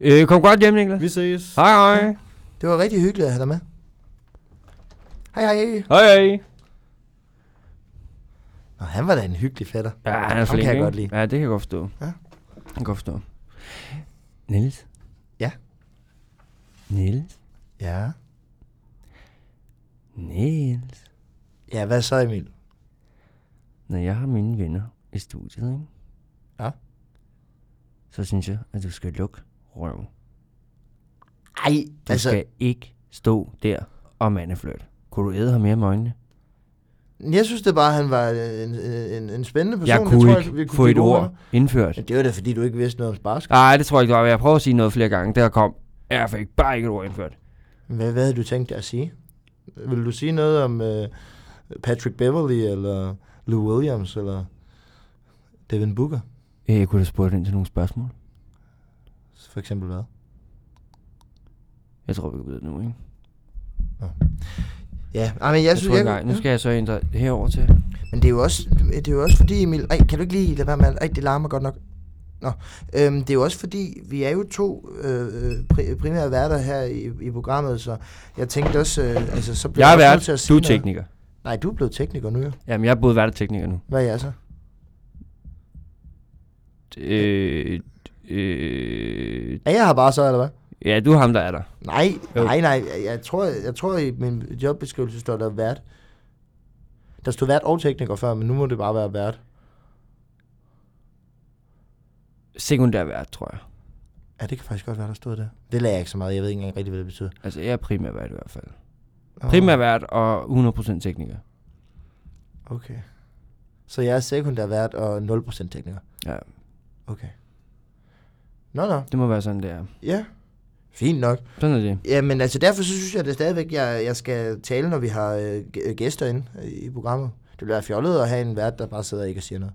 Øh, kom godt hjem, Niklas.
Vi ses.
Hej, hej.
Det var rigtig hyggeligt at have dig med. Hej, hej.
Hej, hej.
Nå, han var da en hyggelig fætter.
Ja, Ah, han er
Ham
flink,
kan jeg
ikke?
godt lide.
Ja, det kan jeg godt forstå.
Ja.
Jeg kan godt forstå. Niels?
Ja?
Niels?
Ja.
Niels?
Ja, hvad så, Emil?
Når jeg har mine venner i studiet, ikke?
Ja.
Så synes jeg, at du skal lukke røven.
Ej,
Du altså... skal ikke stå der og mandefløjte. Kunne du æde ham mere med øjnene?
Jeg synes det bare, han var en, en, en spændende person.
Jeg kunne
tror,
ikke
vi
få
blive
et
gode
ord
venner.
indført.
Men det var da, fordi du ikke vidste noget om basket.
Nej, det tror jeg ikke, det var. men Jeg prøver at sige noget flere gange. Der kom, jeg fik bare ikke et ord indført.
Hvad, hvad havde du tænkt dig at sige? Vil du sige noget om øh, Patrick Beverly, eller Lou Williams, eller Devin Booker?
Øh, Jeg kunne da spurgt ind til nogle spørgsmål.
For eksempel hvad?
Jeg tror, vi kan vide det nu, ikke?
Ja, ej, men Altså, jeg,
Jeg,
synes,
tror ikke, nej. Nu skal jeg så ændre herover til.
Men det er jo også, det er jo også fordi, Emil... Ej, kan du ikke lige lade være med... alt- Ej, det larmer godt nok. Nå, øhm, det er jo også fordi, vi er jo to øh, pri- primære værter her i, i programmet, så jeg tænkte også, øh, altså så bliver
Jeg er
også nødt
vært,
til at sige
du er
noget.
tekniker.
Nej, du er blevet tekniker nu, jo.
Jamen, jeg er både vært og tekniker nu.
Hvad er jeg så?
Øh, øh,
Er jeg her bare så, eller hvad?
ja, du er ham, der er der.
Nej,
Jo.
nej, nej. Jeg, jeg, tror, jeg tror, i min jobbeskrivelse står der vært. Der stod vært og tekniker før, men nu må det bare være vært.
Sekundær vært, tror jeg.
Ja, det kan faktisk godt være, der stod der. Det lagde jeg ikke så meget. Jeg ved ikke engang rigtig, hvad det betyder.
Altså, jeg er primær vært i hvert fald. Primær vært og 100% tekniker.
Okay. Så jeg er sekundær vært og 0% tekniker.
Ja,
Okay. Nå, nå.
det må være sådan, det er.
Ja. Fint nok.
Sådan er det.
Jamen, altså derfor så synes jeg det stadigvæk, jeg, jeg skal tale, når vi har øh, gæ- øh, gæster inde øh, i programmet. Det bliver fjollet at have en vært, der bare sidder og ikke og siger noget.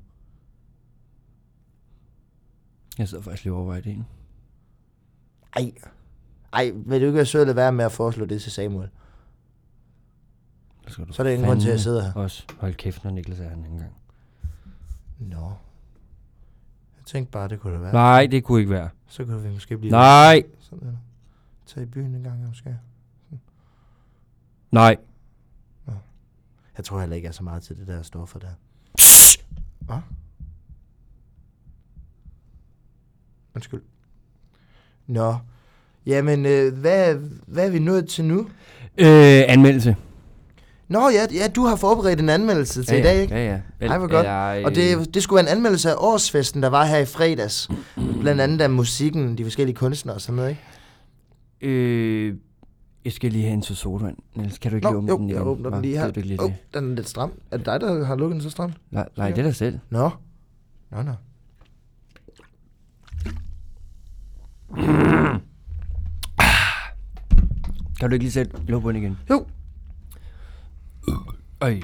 Jeg sidder faktisk lige og overvejer idéen.
Ej. Ej, vil du ikke være sød at lade være med at foreslå det til Samuel?
Så, skal du
Så er der ingen grund til, at jeg
fandme
sidder her.
Også. Hold kæft, når Niklas er her en anden gang.
Nå. Jeg tænkte bare, det kunne det være.
Nej, det kunne ikke være.
Så kunne vi måske blive...
Nej,
Sådan der. Tag i byen en gang, måske.
nej.
Jeg tror heller ikke, jeg er så meget til det der stoffer der. Hvad? Undskyld. Nå. Jamen, øh, hvad, hvad er vi nået til nu?
Øh, anmeldelse.
Nå ja, ja du har forberedt en anmeldelse til ja, i dag, ikke?
Ja, ja.
Ej, hvor godt.
Eller,
Og
øh,
det, det skulle være en anmeldelse af årsfesten, der var her i fredags. Blandt andet af musikken, de forskellige kunstnere og sådan noget, ikke?
Øh, jeg skal lige have en så sodavand. Niels, kan du ikke lige åbne
jo,
den igen?
jeg åbner den
Hva?
lige her.
Ved du ikke lige
oh,
det?
den er lidt stram. Er det dig, der har lukket den så stramt?
Nej, nej, det er dig selv.
Nå. Nå, nå.
Kan du ikke lige sætte låg på den igen?
Jo.
Øj.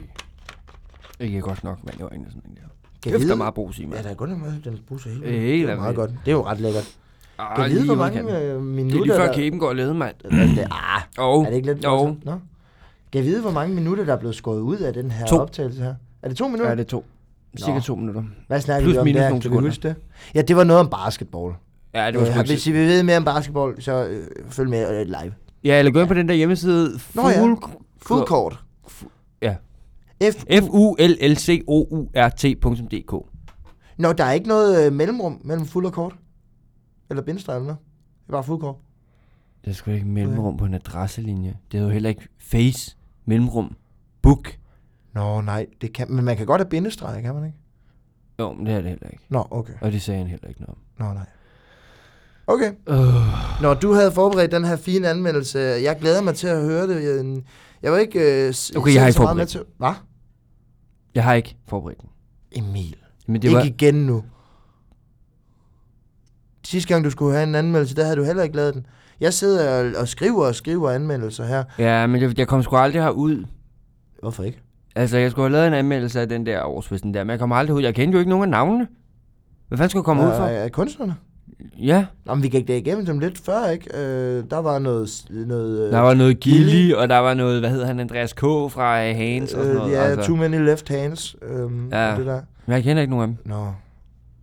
Ikke godt nok, mand. Det var egentlig sådan en der.
Kan
Kæft, der er
vide-
meget brug i,
Ja,
mand.
der er godt nok meget, den bruser helt.
Øh,
vildt.
helt
det er meget
vanvittigt.
godt. Det er jo ret lækkert.
Ah,
Kan jeg vide, hvor mange
lige underkanten.
øh,
Det er
minutter...
lige før
der-
kæben går lede, mand.
der- der- Ah,
Og,
er det ikke lidt?
Jo,
voldsomt? Nå. Kan jeg vide, hvor mange minutter, der er blevet skåret ud af den her
To.
optagelse her? Er det to minutter?
er det to. Cirka to minutter.
Hvad snakker
Plus
vi om
minus
der?
nogle
Kan vi
sekunder.
huske det? Ja, det var noget om basketball.
Ja, det var sgu
Øh,
ikke
hvis I vil vide mere om basketball, så øh, følg med øh, live.
Ja, eller gå ind på den der hjemmeside.
Nå ja.
Full-
Full court.
Ja.
F-
F-U-L-L-C-O-U-R-T.dk
Nå, der er ikke noget øh, mellemrum mellem fuld og kort? Eller bindestreg eller noget? Det er bare fuld court.
Der er sgu ikke mellemrum på en adresselinje. Det er jo heller ikke face, mellemrum, book.
Nå, nej, det kan, men man kan godt have bindestreg, kan man ikke?
Jo, men det er det heller ikke.
Nå, okay.
Og det sagde han heller ikke noget om.
Nå, nej. Okay.
Øh.
Når du havde forberedt den her fine anmeldelse, jeg glæder mig til at høre det. Jeg, jeg var ikke øh, s-
Okay, jeg
selv
har ikke
så meget med
forberedt.
til. Hvad?
Jeg har ikke forberedt den.
Emil,
Men
det
det
ikke
var...
var... igen nu. Sidste gang, du skulle have en anmeldelse, der havde du heller ikke lavet den. Jeg sidder og, og skriver og skriver anmeldelser her.
Ja, men jeg, jeg kom sgu aldrig herud.
Hvorfor ikke?
Altså, jeg skulle have lavet en anmeldelse af den der årsfesten der, men jeg kom aldrig ud. Jeg kendte jo ikke nogen af navnene. Hvad fanden skulle jeg komme ud for?
Er, er kunstnerne?
Ja,
Nå, men vi gik det igennem dem lidt før, ikke? Øh, der var noget... s- noget øh,
der var noget Gilly,
Gilly.
og der var noget, hvad hedder han, Andreas K. fra øh, Hans og sådan noget.
øh, ja,
altså.
Too Many Left Hands. Øh,
Ja.
ja. Det der.
Men jeg kender ikke nogen af dem.
Nå.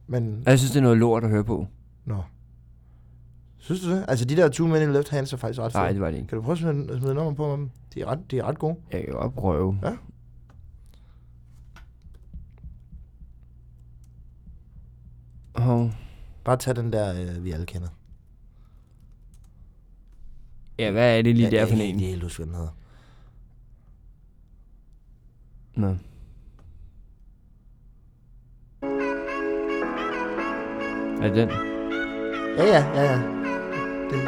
Men...
Og jeg synes, det er noget lort at høre på.
Nå. Synes du det? Altså, de der Too Many Left Hands er faktisk ret fede.
Nej, det var det ikke.
Kan du prøve at smide, smide nummer på med dem? De er ret, de er ret gode.
Jeg kan godt prøve.
Ja.
Hov.
Bare tag den der, øh, vi alle kender.
Ja, hvad er det lige
Jeg
der
kan
for
ikke
en?
helt huske, hvad den hedder.
Nå. Er det den?
Ja, ja, ja, ja. Det,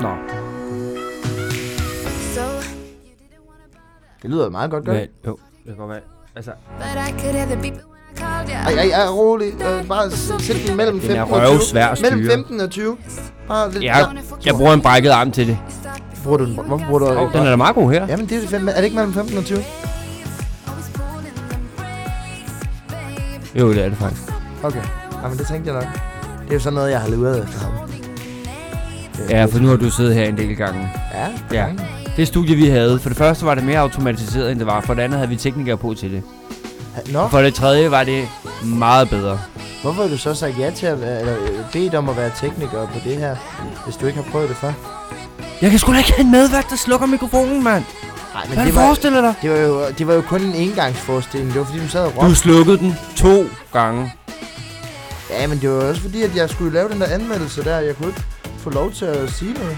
Nå.
So,
det lyder meget godt, gør det?
Hvad? Jo, det kan godt være. Altså,
but I could hear the beeping when I called ya.
Ej, ej, ej, rolig. Øh, bare s- sæt den mellem
Den er
15 og 20.
røvsvær at styre.
Mellem 15 og 20. Bare lidt.
jeg, jeg bruger en brækket arm til det.
You stopped before
Bruger du den?
you
Hvorfor
got
bruger du
so
Hov, den er da meget god her.
Jamen, det er, det fem, er det ikke mellem 15 og 20?
brave. Always pulling them brakes, babe.
Jo, det er det faktisk.
So
Okay. Jamen, det tænkte jeg nok. Det er jo sådan noget, jeg har levet efter ham.
Ja, for nu har du siddet her en del gange.
Ja,
Ja. Det studie, vi havde, for det første var det mere automatiseret, end det var. For det andet havde vi teknikere på til det.
Nå,
For det tredje var det meget bedre.
hvorfor har du så sagt ja til at være, eller øh, bedt om at være tekniker på det her, hvis du ikke har prøvet det før?
Jeg kan sgu da ikke have en medvært, der slukker mikrofonen, mand.
Nej, men
Hvad
det
det
var,
forestiller dig?
det var, jo, det var jo kun en engangsforestilling. Det var fordi, du sad og
Du
råbte.
slukkede den to gange.
Ja, men det var også fordi, at jeg skulle lave den der anmeldelse der. Jeg kunne ikke få lov til at sige noget.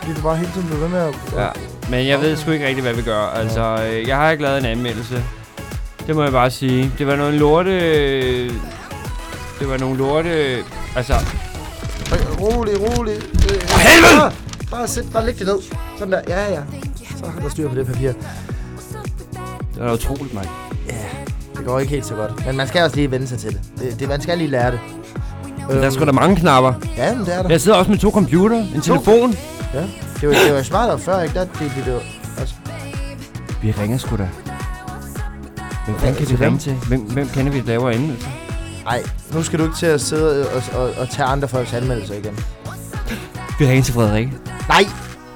Fordi du bare hele tiden blev ved med at...
Ja. Men jeg ved sgu ikke rigtig, hvad vi gør. Altså, øh, jeg har ikke lavet en anmeldelse. Det må jeg bare sige. Det var nogle lorte... øh, Det var nogle lorte... Altså...
Øh, Rolig, rolig. Øh,
helvede!
Bare, bare, sæt, bare læg det ned. Sådan der. Ja, ja. Så har der styr på det papir.
Det var utroligt, mand.
Det går ikke helt så godt. Men man skal også lige vende sig til det. det, det man skal lige lære det. Øhm,
Der er sgu da mange knapper.
Ja, men det er der.
Øh. Jeg sidder også med to computer, en telefon.
Ja. Det var, det var smartere før, ikke? Der delte vi det jo. Altså,
Vi ringer sgu da. Hvem fanden kan vi
til
ringe
hvem?
til? Hvem, hvem kender vi, der laver anmeldelser?
ej, nu skal du ikke til at sidde og, og, og tage andre folks anmeldelser igen.
Vi ringer til Frederikke.
Nej,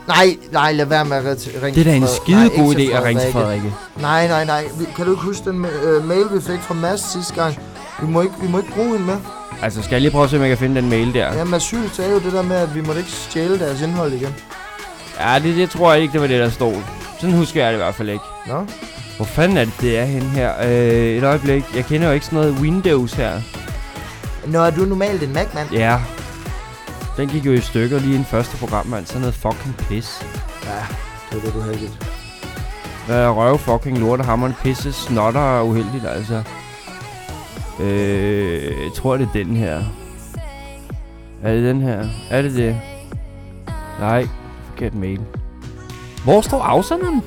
nej, nej, lad være med at ringe
Det er da en
Fred-
skide
nej,
god
ikke
idé at ringe til Frederikke.
Nej, nej, nej. Vi- Kan du ikke huske den øh, mail, vi fik fra Mads sidste gang? Vi må ikke, vi må ikke bruge hende med.
Altså, skal jeg lige prøve at se, om jeg kan finde den mail der?
Jamen, asyl sagde jo det der med, at vi måtte ikke stjæle deres indhold igen.
Ja, det, det tror jeg ikke, det var det, der stod. Sådan husker jeg det i hvert fald ikke.
Nå?
Hvor fanden er det, det er henne her? Øh, et øjeblik. Jeg kender jo ikke sådan noget Windows her.
Nå, er du normalt en Mac-mand?
Ja. Den gik jo i stykker lige i den første program, mand. Sådan noget fucking pis.
Ja, det er det, du har heldigt.
Hvad er røv, fucking lort, hammeren, pisse, snotter og uheldigt, altså. Øh, jeg tror, det er den her. Er det den her? Er det det? Nej, forkert mail. Hvor står afsenderen?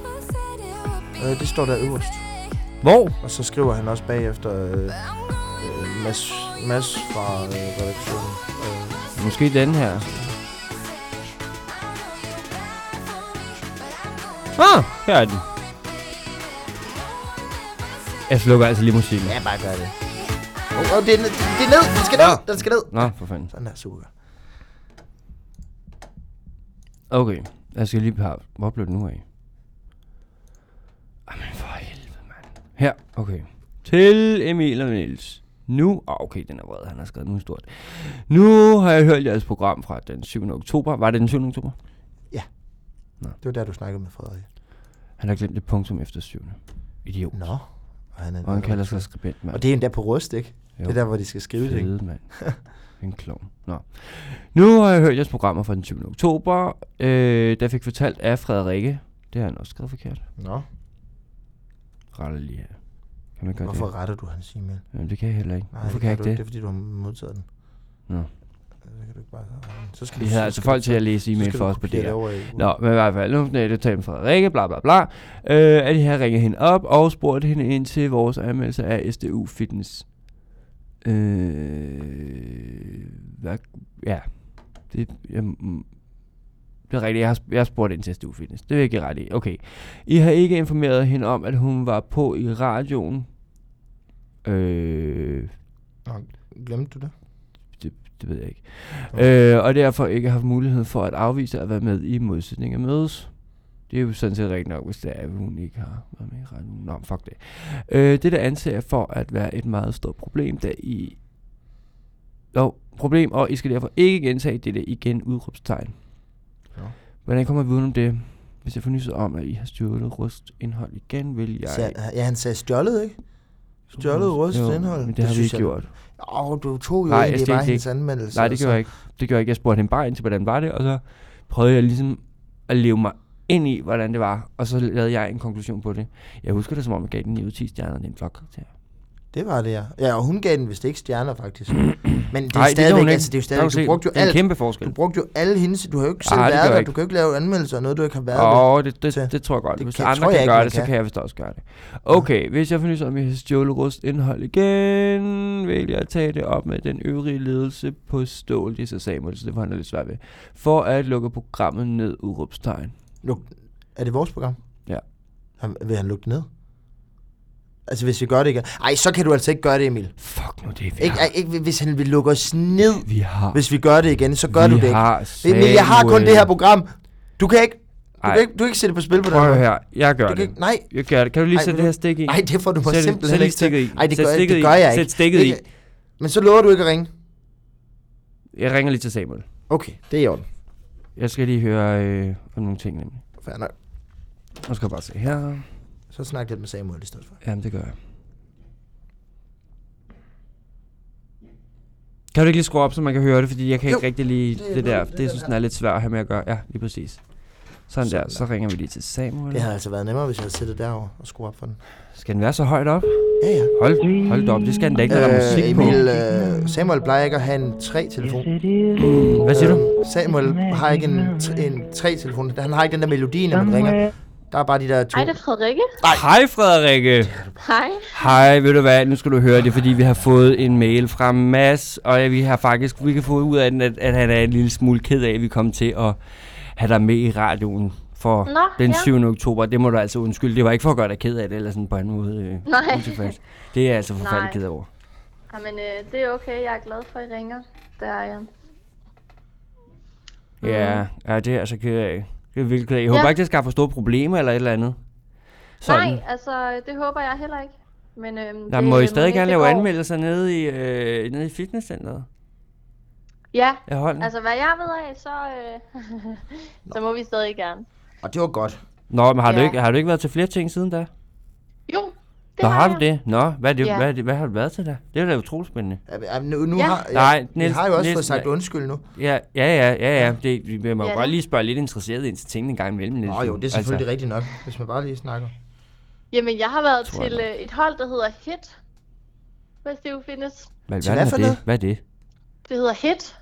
Øh, det står der øverst.
Hvor?
Og så skriver han også bagefter øh, øh, Mads, Mads fra øh, redaktionen. Øh,
Måske den her. Ah, her er den. Jeg slukker altså lige musikken.
ja, bare gør det. Åh, oh, det, er ned- det er ned! Den skal ned! Den skal ned!
Nå, for fanden.
Sådan der, super.
Okay, jeg skal lige have... Hvor blev det nu af? Jamen for helvede, mand. Her, okay. Til Emil og Niels. Nu, oh, okay, den er vred, han har skrevet nu stort. Nu har jeg hørt jeres program fra den 7. oktober. Var det den 7. oktober?
Det var der, du snakkede med Frederik.
Han har glemt et punktum efter 7. Idiot.
Nå. Og, han er
Og han kalder sig skribent, mand.
og det er endda på rust, ikke?
Jo.
Det er der, hvor de skal skrive ting.
Fede, mand. En klovn. Nå. Nu har jeg hørt jeres programmer fra den 20. oktober. Øh, der fik fortalt af Frederikke. Det har han også skrevet forkert.
Nå,
Retter lige her. Kan man gøre
hvorfor
det?
retter du hans e-mail?
Jamen, det kan jeg heller ikke.
Nej,
Hvorfor
det
kan jeg
du
ikke det?
Det er, fordi du har modtaget den.
Nå.
Så kan du ikke bare... Så skal
Vi
du-
havde
så
altså
skal
folk
du-
til at læse
så
e-mail
skal
for
du
os på
kopiere
DR.
det over i-
Nå, men i hvert fald, nu er det talt fra Rikke, bla bla bla. Øh, at de har ringet hende op og spurgt hende ind til vores anmeldelse af SDU Fitness. Øh, hvad, ja, det, jeg, mm, det er rigtigt, jeg har, sp- jeg har spurgt ind til SDU Fitness. Det er ikke ret i. Okay. I har ikke informeret hende om, at hun var på i radioen. Øh,
Glemte du det?
det ved jeg ikke. Okay. Øh, og derfor ikke haft mulighed for at afvise at være med i modsætning af mødes. Det er jo sådan set rigtigt nok, hvis det er, at hun ikke har været med i radioen. Nå, fuck det. Øh, det der anser jeg for at være et meget stort problem, da I... Jo, problem, og I skal derfor ikke gentage dette igen udråbstegn.
Ja.
Hvordan kommer vi uden om det? Hvis jeg får nyhed om, at I har stjålet rustindhold igen, vil jeg...
Sa- ja, han sagde stjålet, ikke? Stjålet rust
Jo,
indhold.
Men det,
Det
har vi
synes
ikke
jeg-
gjort.
Åh, oh, du tog jo
Nej,
Nej,
jeg
egentlig
skal
bare
ikke-
hendes anmeldelse.
Nej, det
og
gjorde
så-
jeg ikke. Det gjorde jeg ikke. Jeg spurgte hende bare ind til, hvordan var det, og så prøvede jeg ligesom at leve mig ind i, hvordan det var, og så lavede jeg en konklusion på det. Jeg husker det, som om jeg gav den 9 ud af 10 stjerner, den flok til.
Det var det, ja. Ja, og hun gav den vist ikke stjerner, faktisk. Men det er
Nej, det
stadigvæk,
gjorde hun ikke.
altså, det er jo
Der kan
stadigvæk,
se,
du brugte jo
det er en
alt.
kæmpe
Du
forskel.
brugte jo alle hendes, du har jo ikke selv
Nej, det gør
været
jeg
der,
ikke.
du kan jo ikke lave anmeldelser af noget, du ikke har været der.
Åh, oh, det, det,
Så
det, det, tror jeg godt.
det
Hvis
kan-
andre
tror jeg
kan
ikke,
gøre
man
det, så
kan.
kan jeg vist også gøre det. Okay, hvis jeg fornyser om, jeg har stjålet rust indhold igen, vil jeg tage det op med den øvrige ledelse på stål, det så Samuel, så det var han lidt svært ved, for at lukke programmet ned, udråbstegn.
Luk, er det vores program?
Ja.
Han, vil han lukke det ned? Altså, hvis vi gør det ikke... Ej, så kan du altså ikke gøre det, Emil.
Fuck nu, det er vi
Ikke,
har.
ej, ikke, hvis han vil lukke os ned,
Vi har.
hvis vi gør det igen, så gør
vi
du det ikke.
har
Emil, jeg har kun
Samuel.
det her program. Du kan ikke, du
Ej.
kan ikke, du kan ikke sætte på spil på den
Prøv
måde.
her. Jeg gør
Du kan
det.
ikke, nej,
Jeg gør det. Kan du lige
Ej, vil
sætte det
du-
her stik i?
nej, det får du mig
Sæt- sæt
simpelthen
lige
ikke til.
stikket i.
Ej, det
Sæt
gør,
stikket
det
i.
gør jeg
Sæt
ikke.
stikket
Det
i.
kan- Men så lover du ikke at ringe.
Jeg ringer lige til Samuel.
Okay, det er i orden.
Jeg skal lige høre øh, om nogle ting nemlig.
Fair nok.
Nu skal jeg bare se her.
Så snak lidt med Samuel i stedet for.
Jamen, det gør jeg. Kan du ikke lige skrue op, så man kan høre det? Fordi jeg kan
Jo.
ikke rigtig lige
Det er
det, der.
den-
Det,
det er
synes
den
den er lidt svært at have med at gøre. Ja, lige præcis. Sådan,
Sådan
der. Så ringer vi lige til Samuel.
Det havde altså været nemmere, hvis jeg havde siddet derovre og skruet op for den.
Skal den være så højt op?
Ja, ja.
Hold, hold da op. Det skal den da ikke, når der er musik
Øh,
på.
Emil, øh, Samuel plejer ikke at have en 3-telefon.
Mm. Hvad siger du?
Samuel har ikke en, en 3-telefon. Han har ikke den der melodi, når man ringer. Der er bare de der to.
Hej, det er Frederikke.
Hej, Frederikke.
Hej.
Hej, ved du hvad, nu skal du høre det, er, fordi vi har fået en mail fra Mads, og vi har faktisk, vi kan få ud af den, at, at han er en lille smule ked af, at vi kom til at have dig med i radioen for
Nå,
den
ja.
7. oktober. Det må du altså undskylde, det var ikke for at gøre dig ked af det, eller sådan på en måde. Øh,
Nej.
utilfreds. Det er jeg altså forfærdelig
Nej.
ked over.
Jamen, øh, det er okay. Jeg er glad for, at I ringer. Det er jeg.
Ja, ja, det er jeg altså ked af. Det er virkelig ked af. Jeg håber
Mm. Ja.
ikke, det skaffer store problemer eller et eller andet. Sådan.
Nej, altså, det håber jeg heller ikke. Men, øhm,
Der må I stadig
men
gerne lave
det går.
anmeldelser nede i, øh, nede i fitnesscenteret.
Ja,
Ja, hold altså,
altså hvad jeg ved af, så, øh, så må vi stadig gerne.
Og det var godt.
Nå, men har, ja. du
ja.
ikke, har du ikke været til flere ting siden da?
Jo, det
Nå, har
jeg.
du det? Nå, hvad, er det,
Ja.
hvad, er det, hvad har du været til da? Det er da utroligt spændende.
Ja, ja, Nu, nu
Ja.
har, ja,
Nej,
vi
Niels-
har jo også
Niels-
fået sagt undskyld nu.
Ja, ja, ja, ja, ja. Det, vi må jo
Ja,
godt
det-
lige spørge lidt interesseret ind til tingene en gang imellem. Niels.
Nå jo, det er selvfølgelig
altså,
altså. rigtigt nok, hvis man bare lige snakker.
Øh, Jamen jeg har været
Tror jeg
til øh, et hold, der hedder HIT. Hvis det jo findes.
Hvad,
Til
hvad,
hvad for
hvad, er det?
noget?
hvad er det?
Det hedder HIT.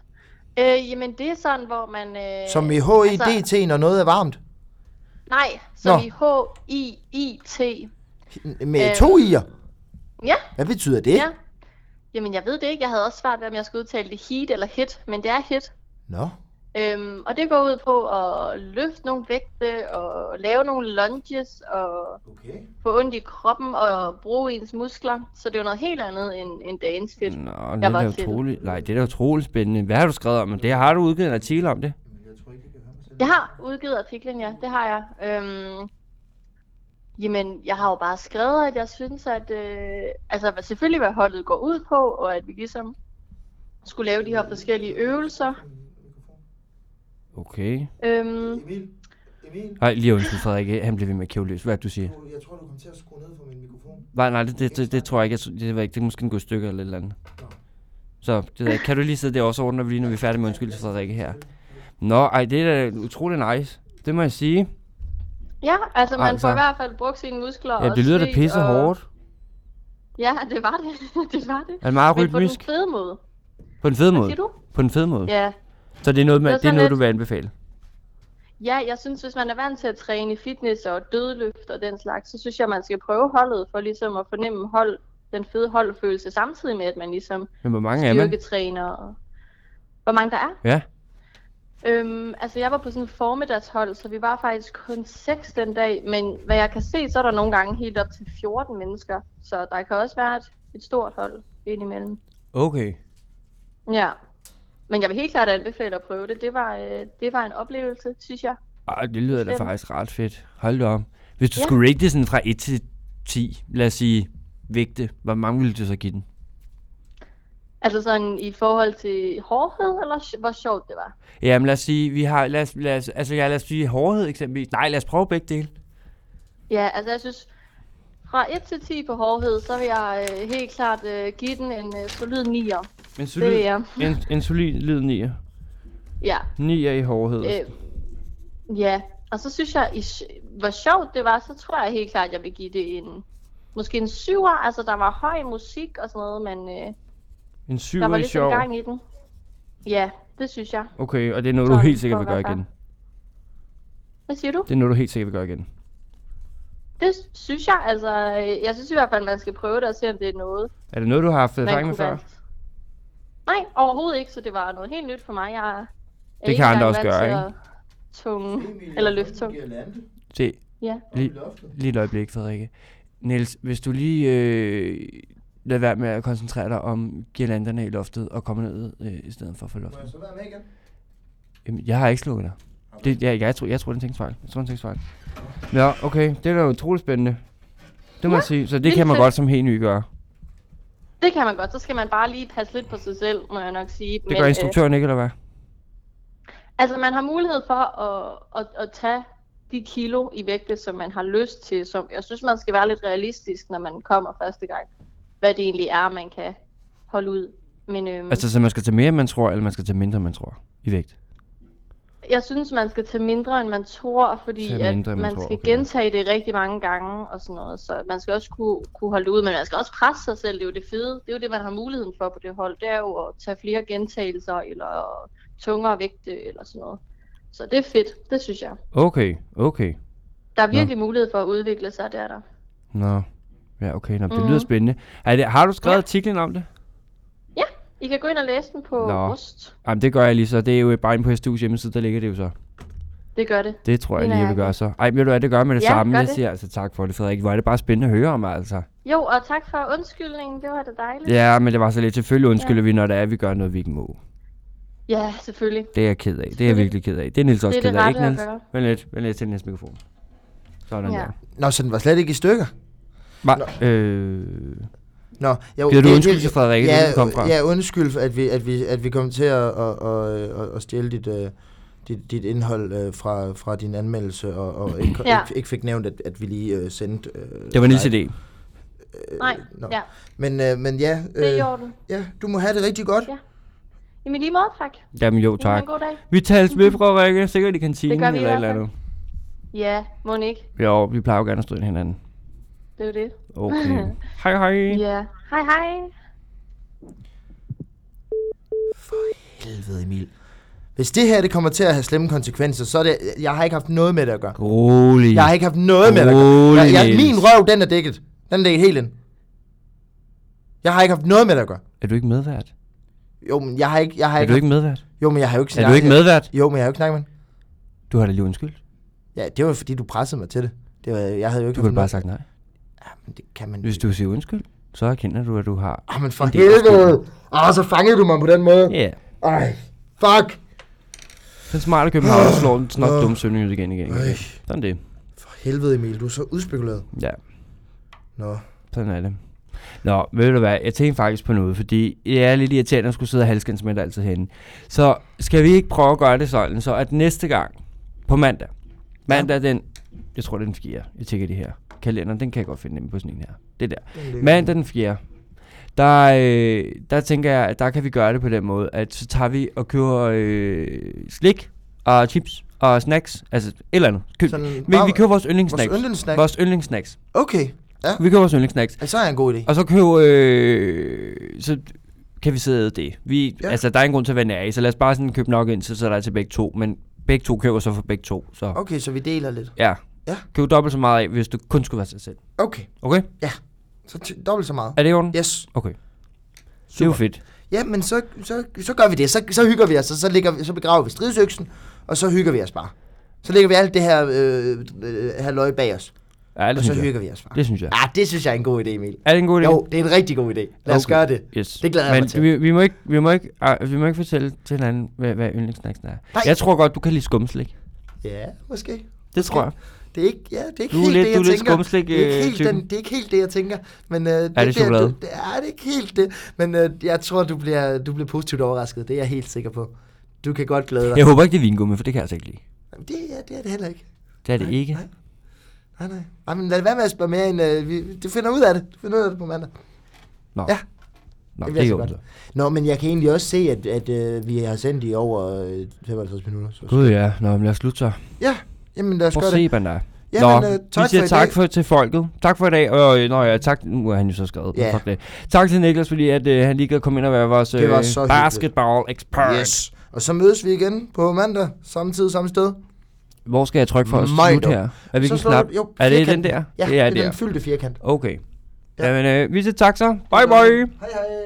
Øh, jamen det er sådan, hvor man... Øh, altså,
Som i HIDT, når noget er varmt.
Nej, som
Nå.
i H-I-I-T.
Med
Øh.
to i'er.
Ja,
Hvad betyder det?
ja. Jamen jeg ved det ikke. Jeg havde også svært ved, om jeg skulle udtale det HIT eller HIT. Men det er HIT.
Nå.
Øhm, og det går ud på at løfte nogle vægte og lave nogle lunges og
Okay.
få ondt i kroppen og bruge ens muskler. Så det er jo noget helt andet end, end dagens fedt.
Nå, det er
var
da
til-
utroligt. Nej, det er da utroligt spændende. Hvad har du skrevet om? Det har du udgivet en artikel om det.
Jeg har udgivet artiklen, ja. Det har jeg. Øhm, jamen, jeg har jo bare skrevet, at jeg synes, at... Øh, altså, hvad- selvfølgelig, hvad holdet går ud på, og at vi ligesom skulle lave de her forskellige øvelser.
Okay.
Øhm,
Emil, Emil,
Nej, lige undskyld, Frederik. Han blev ved med at kæve løs. Hvad er det, du siger?
jeg tror, du kommer til at skrue ned for min mikrofon.
Nej, nej, det, det, det, det tror jeg ikke. Jeg, tror- det, var ikke. det er måske en god stykke eller et eller andet. Så det ved jeg ikke. kan du lige sidde der også og ordne, når vi, når vi er færdige med undskyld til Frederikke her. Nå, ej, det er da utrolig nice. Det må jeg sige.
ja, altså, man
Altså.
får i hvert fald brugt sine muskler.
Ja,
og
det lyder da
sved,
pisse
og-
hårdt.
Ja, det var det. det var det.
Er det meget
Men på den
rytmisk?
fede måde.
På en fed
Hvad
måde.
siger du?
På en fed måde.
Ja.
Så det er noget,
Det
man,
er
det er
sådan
noget du
lidt-
vil anbefale.
ja, jeg synes, hvis man er vant til at træne i fitness og dødeløft og den slags, så synes jeg, man skal prøve holdet for ligesom at fornemme hold, den fede holdfølelse, samtidig med, at man ligesom
Men hvor mange er man?
styrketræner. Og... Hvor mange der er?
Ja.
Øhm, altså, jeg var på sådan en formiddagshold, så vi var faktisk kun 6 den dag, men hvad jeg kan se, så er der nogle gange helt op til 14 mennesker, så der kan også være et, et stort hold indimellem.
Okay.
Ja. Men jeg vil helt klart anbefale at prøve det. Det var, øh, det var en oplevelse, synes jeg.
Ej, det lyder da
Bestemt.
faktisk ret fedt. Hold da op. Hvis du
Ja.
skulle rate det sådan fra 1 til 10, lad os sige vægte, hvor mange ville du så give den?
Altså sådan i forhold til hårdhed, eller sj- hvor sjovt det var.
Jamen lad os sige, vi har, lad os, lad os, altså ja, lad os sige hårdhed eksempelvis. Nej, lad os prøve begge dele.
Ja, altså jeg synes, fra 1 til 10 på hårdhed, så vil jeg øh, helt klart øh, give den en øh, solid 9'er.
En
Det vil
solid,
jeg.
en, en solid lyd 9'er.
Ja.
9'er i hårdhed.
Øh, ja, og så synes jeg, i, sj- hvor sjovt det var, så tror jeg helt klart, jeg vil give det en... Måske en syver, altså der var høj musik og sådan noget, men øh,
en
der
7'er
var
i
ligesom
sjov.
gang i den. Ja, det synes jeg.
Okay, og det er noget, du
Sådan,
helt sikkert
for
vil
at
gøre
være
igen.
Hvad siger du?
Det er noget, du helt sikkert vil gøre igen.
Det synes jeg, altså øh, jeg synes i hvert fald, man skal prøve det og se, om det er noget,
Er det noget, du har haft øh, erfaring med
kunne
før?
være- Nej, overhovedet ikke, så det var noget helt nyt for mig. Jeg er
Det kan andre også gøre,
ikke? Tunge, eller løfte tung.
Se,
Ja.
lige, lige et øjeblik, Frederikke. Niels, hvis du lige øh, lader være med at koncentrere dig om girlanderne i loftet og komme ned øh, i stedet for at få loftet.
Så være med igen.
Jamen, jeg har ikke slukket dig. Det, ja, jeg, tror, jeg tror, det er en tekstfejl. Jeg tror, det er en tekstfejl. Ja, okay. Det er da utroligt spændende. Det må
Ja,
jeg sige. Så det
vildt
kan man
fedt.
godt som helt ny gøre.
Det kan man godt, så skal man bare lige passe lidt på sig selv, må jeg nok sige.
Det gør instruktøren ikke, eller hvad?
mm. Øh, altså, man har mulighed for at, at, at tage de kilo i vægte, som man har lyst til. Som, jeg synes, man skal være lidt realistisk, når man kommer første gang. Hvad det egentlig er, man kan holde ud. Men øhm,
Altså, så man skal tage mere, end man tror, eller man skal tage mindre, end man tror i vægt?
Jeg synes, man skal tage mindre, end man tror, fordi
Tage mindre,
mindre,
end man
at man,
tror,
skal
okay.
gentage det rigtig mange gange og sådan noget. Så man skal også kunne, kunne holde det ud, men man skal også presse sig selv. Det er jo det fede. Det er jo det, man har muligheden for på det hold. Det er jo at tage flere gentagelser eller tungere vægte eller sådan noget. Så det er fedt. Det synes jeg.
Okay, okay.
Der er virkelig mulighed for at udvikle sig, det er der.
Nå. Ja, okay. Nå, det
Mhm.
lyder spændende. Er det, har du skrevet
Ja.
artiklen om det?
Ja, I kan gå ind og læse den på
Nå.
Nå. Rust.
Jamen, det gør jeg lige så. Det er jo bare inde på SDU's hjemmeside, der ligger det jo så.
Det gør det.
Det tror jeg
Mener
lige, jeg
jeg
vil
ikke.
gøre så. Ej, ved du hvad, det gør jeg med det
Ja,
samme.
gør
Jeg
det.
siger altså tak for det, Frederik. Hvor er det bare spændende at høre om, altså.
Jo, og tak for undskyldningen. Det var da dejligt.
Ja, men det var så lidt. Selvfølgelig undskylder vi, når det er, vi gør noget, vi ikke må.
ja selvfølgelig.
Det er jeg ked af. Det er jeg virkelig ked af. Det er Niels også
det er
ked
det
af,
rette
ikke
at
Niels?
gøre.
Vent lidt, vent lidt til næste mikrofon. Sådan
Ja.
der.
Nå, så den var slet ikke i stykker.
Var, øh,
Nå, jeg,
Gider du
det-
undskyld
det-
til Frederikke,
ja,
det du kom fra?
Ja, undskyld, at vi, at vi, at vi kom til at, at, at, at, at stjæle dit, øh, dit, dit indhold øh, fra, fra din anmeldelse, og, og ikke,
Ja.
ja. ikke, ikke fik nævnt, at, at vi lige øh, sendte... Øh,
det var Nils
dig.
idé.
Øh,
Nej,
nå.
ja.
Men, øh, men ja,
Det er i
øh,
orden.
ja, du må have det rigtig godt.
Ja. Jamen i lige måde, tak.
Jamen jo,
Tak.
tak.
En god dag.
Vi tales ved, Frederikke. Sikkert i kantinen
Det gør vi i
eller et eller
hvert
andet.
Ja, Monique,
Jo, vi plejer jo gerne at støde hinanden.
det er jo det.
Okay. hej hej.
Ja. Hej, hej.
Helvede, Emil. Hvis det her det kommer til at have slemme konsekvenser, så er det... Jeg har ikke haft noget med det at gøre.
Rolig.
Jeg har ikke haft noget med det at gøre.
Rolig,
Jeg, jeg,
Niels.
min røv, den er dækket. Den er dækket helt ind. Jeg har ikke haft noget med det at gøre.
Er du ikke medvært?
Jo, men jeg har ikke... Jeg har
Er
ikke,
du ikke medvært?
Jo, men jeg har jo ikke
Er du ikke medvært?
Jo, men jeg har jo ikke snakket med hende.
Du har da lige undskyld.
Ja, det var fordi, du pressede mig til det. det var, jeg havde jo ikke...
Du kunne
haft
bare
noget-
sagt nej.
Jamen, det kan man...
Hvis du siger undskyld, så erkender du, at du har...
Ah, men for helvede! Ah, så fangede du mig på den måde.
Ja. Yeah.
Ej, fuck!
Den smarte københavner slår den snot dumme sønderjyde igen igen.
Øj.
igen. Sådan det.
For helvede, Emil, du er så udspekuleret.
Ja,
Nå.
sådan er det. Nå, ved du hvad, jeg tænkte faktisk på noget, fordi jeg er lidt irriterende at skulle sidde og halskens med altid henne. Så skal vi ikke prøve at gøre det sådan, så at næste gang på mandag, mandag den, jeg tror det er den 4, jeg tjekker det her, kalenderen, den kan jeg godt finde nemme på sådan en her. Det der. Mandag den 4. Der, øh, der tænker jeg, at der kan vi gøre det på den måde, at så tager vi og køber øh, slik og chips og snacks, altså et eller andet. Køb,
Sådan
vi,
bare-
vi køber vores
Vores
yndlingssnacks.
yndlingssnack.
Vores yndlingssnacks.
Okay,
Vi køber vores yndlingssnacks.
altså, så er en god idé.
Og så købe, øh, så kan vi sidde og æde det. Vi, ja.
Ja.
Altså, der er en grund til at være nær i, så lad os bare sådan købe nok ind, så, så der er til begge to. Men begge to køber så for begge to, så
Okay, så vi deler lidt.
ja.
Ja.
Køb dobbelt så meget af, hvis du kun skulle være sig selv.
Okay,
Okay?
så t- dobbelt så meget.
Er det i orden?
Yes.
Okay. Det er jo fedt.
Ja, men så, så, så gør vi det. Så, så hygger vi os, og så, ligger, vi- så begraver vi stridsøksen, og så hygger vi os bare. Så lægger vi alt det her øh, øh, halløj bag os,
Ja, det
og så
synes jeg.
hygger vi os bare.
Det synes jeg.
Ja, Ah, det synes jeg er en god idé, Emil.
Er det en god idé?
Jo, det er en rigtig god idé. Lad os
Okay.
gøre det.
Yes.
Det glæder jeg
Men
mig til.
Vi, vi, må ikke, vi, må ikke, ah, vi må ikke fortælle til hinanden, hvad, hvad yndlingssnacksen er.
Nej.
Jeg tror godt, du kan lide skumslik.
Ja, måske.
Det tror jeg.
Det er ikke, ja, det er ikke
Du er
helt
lidt-
det,
du
jeg
er lidt
tænker.
skumslik,
det, er ikke
øh,
helt
typen.
den, det er ikke helt det, jeg tænker. Men, øh, det,
det chokolade?
Du, det er det ikke helt det. Men øh, jeg tror, du bliver, du bliver positivt overrasket. Det er jeg helt sikker på. Du kan godt glæde dig.
Jeg håber ikke, det er vingummi, for det kan jeg altså ikke lide.
Jamen, Det, ja, det er det heller ikke.
Det er det ikke.
nej. Nej, nej. Ej, men lad det være med at spørge mere end... Øh, vi, du finder ud af det. Du finder ud af det på mandag.
Nå.
Ja. Det
Nå, det,
bliver
det er
så
jo
godt.
så.
Nå, men jeg kan egentlig også se, at, at øh, vi har sendt i over øh, 55 minutter. Så.
Gud ja, nå, men lad os slutte så.
Ja, jamen lad os
Prøv
gøre
at
det.
se, hvad der er.
Jamen, øh,
vi
tak
siger
for i
tak
dag.
for, til folket. Tak for i dag. Og, øh, nå, ja, tak. Nu er han jo så skrevet.
Ja.
Yeah. Fuck det. Tak til Niklas, fordi at, øh, han lige kan komme ind og være vores øh,
Det var så hyggeligt.
basketball-ekspert.
Yes. Og så mødes vi igen på mandag. Samme tid, samme sted.
Hvor skal jeg trykke for at
Meget
slutte
dog.
her? Er vi
Så
ikke
slår
knap?
du- jo,
er det
firkanten.
den der?
Ja,
det er
det er
der.
den fyldte firkant.
Okay.
Ja.
Jamen, øh, vi siger tak så. Bye bye.
Hej hej.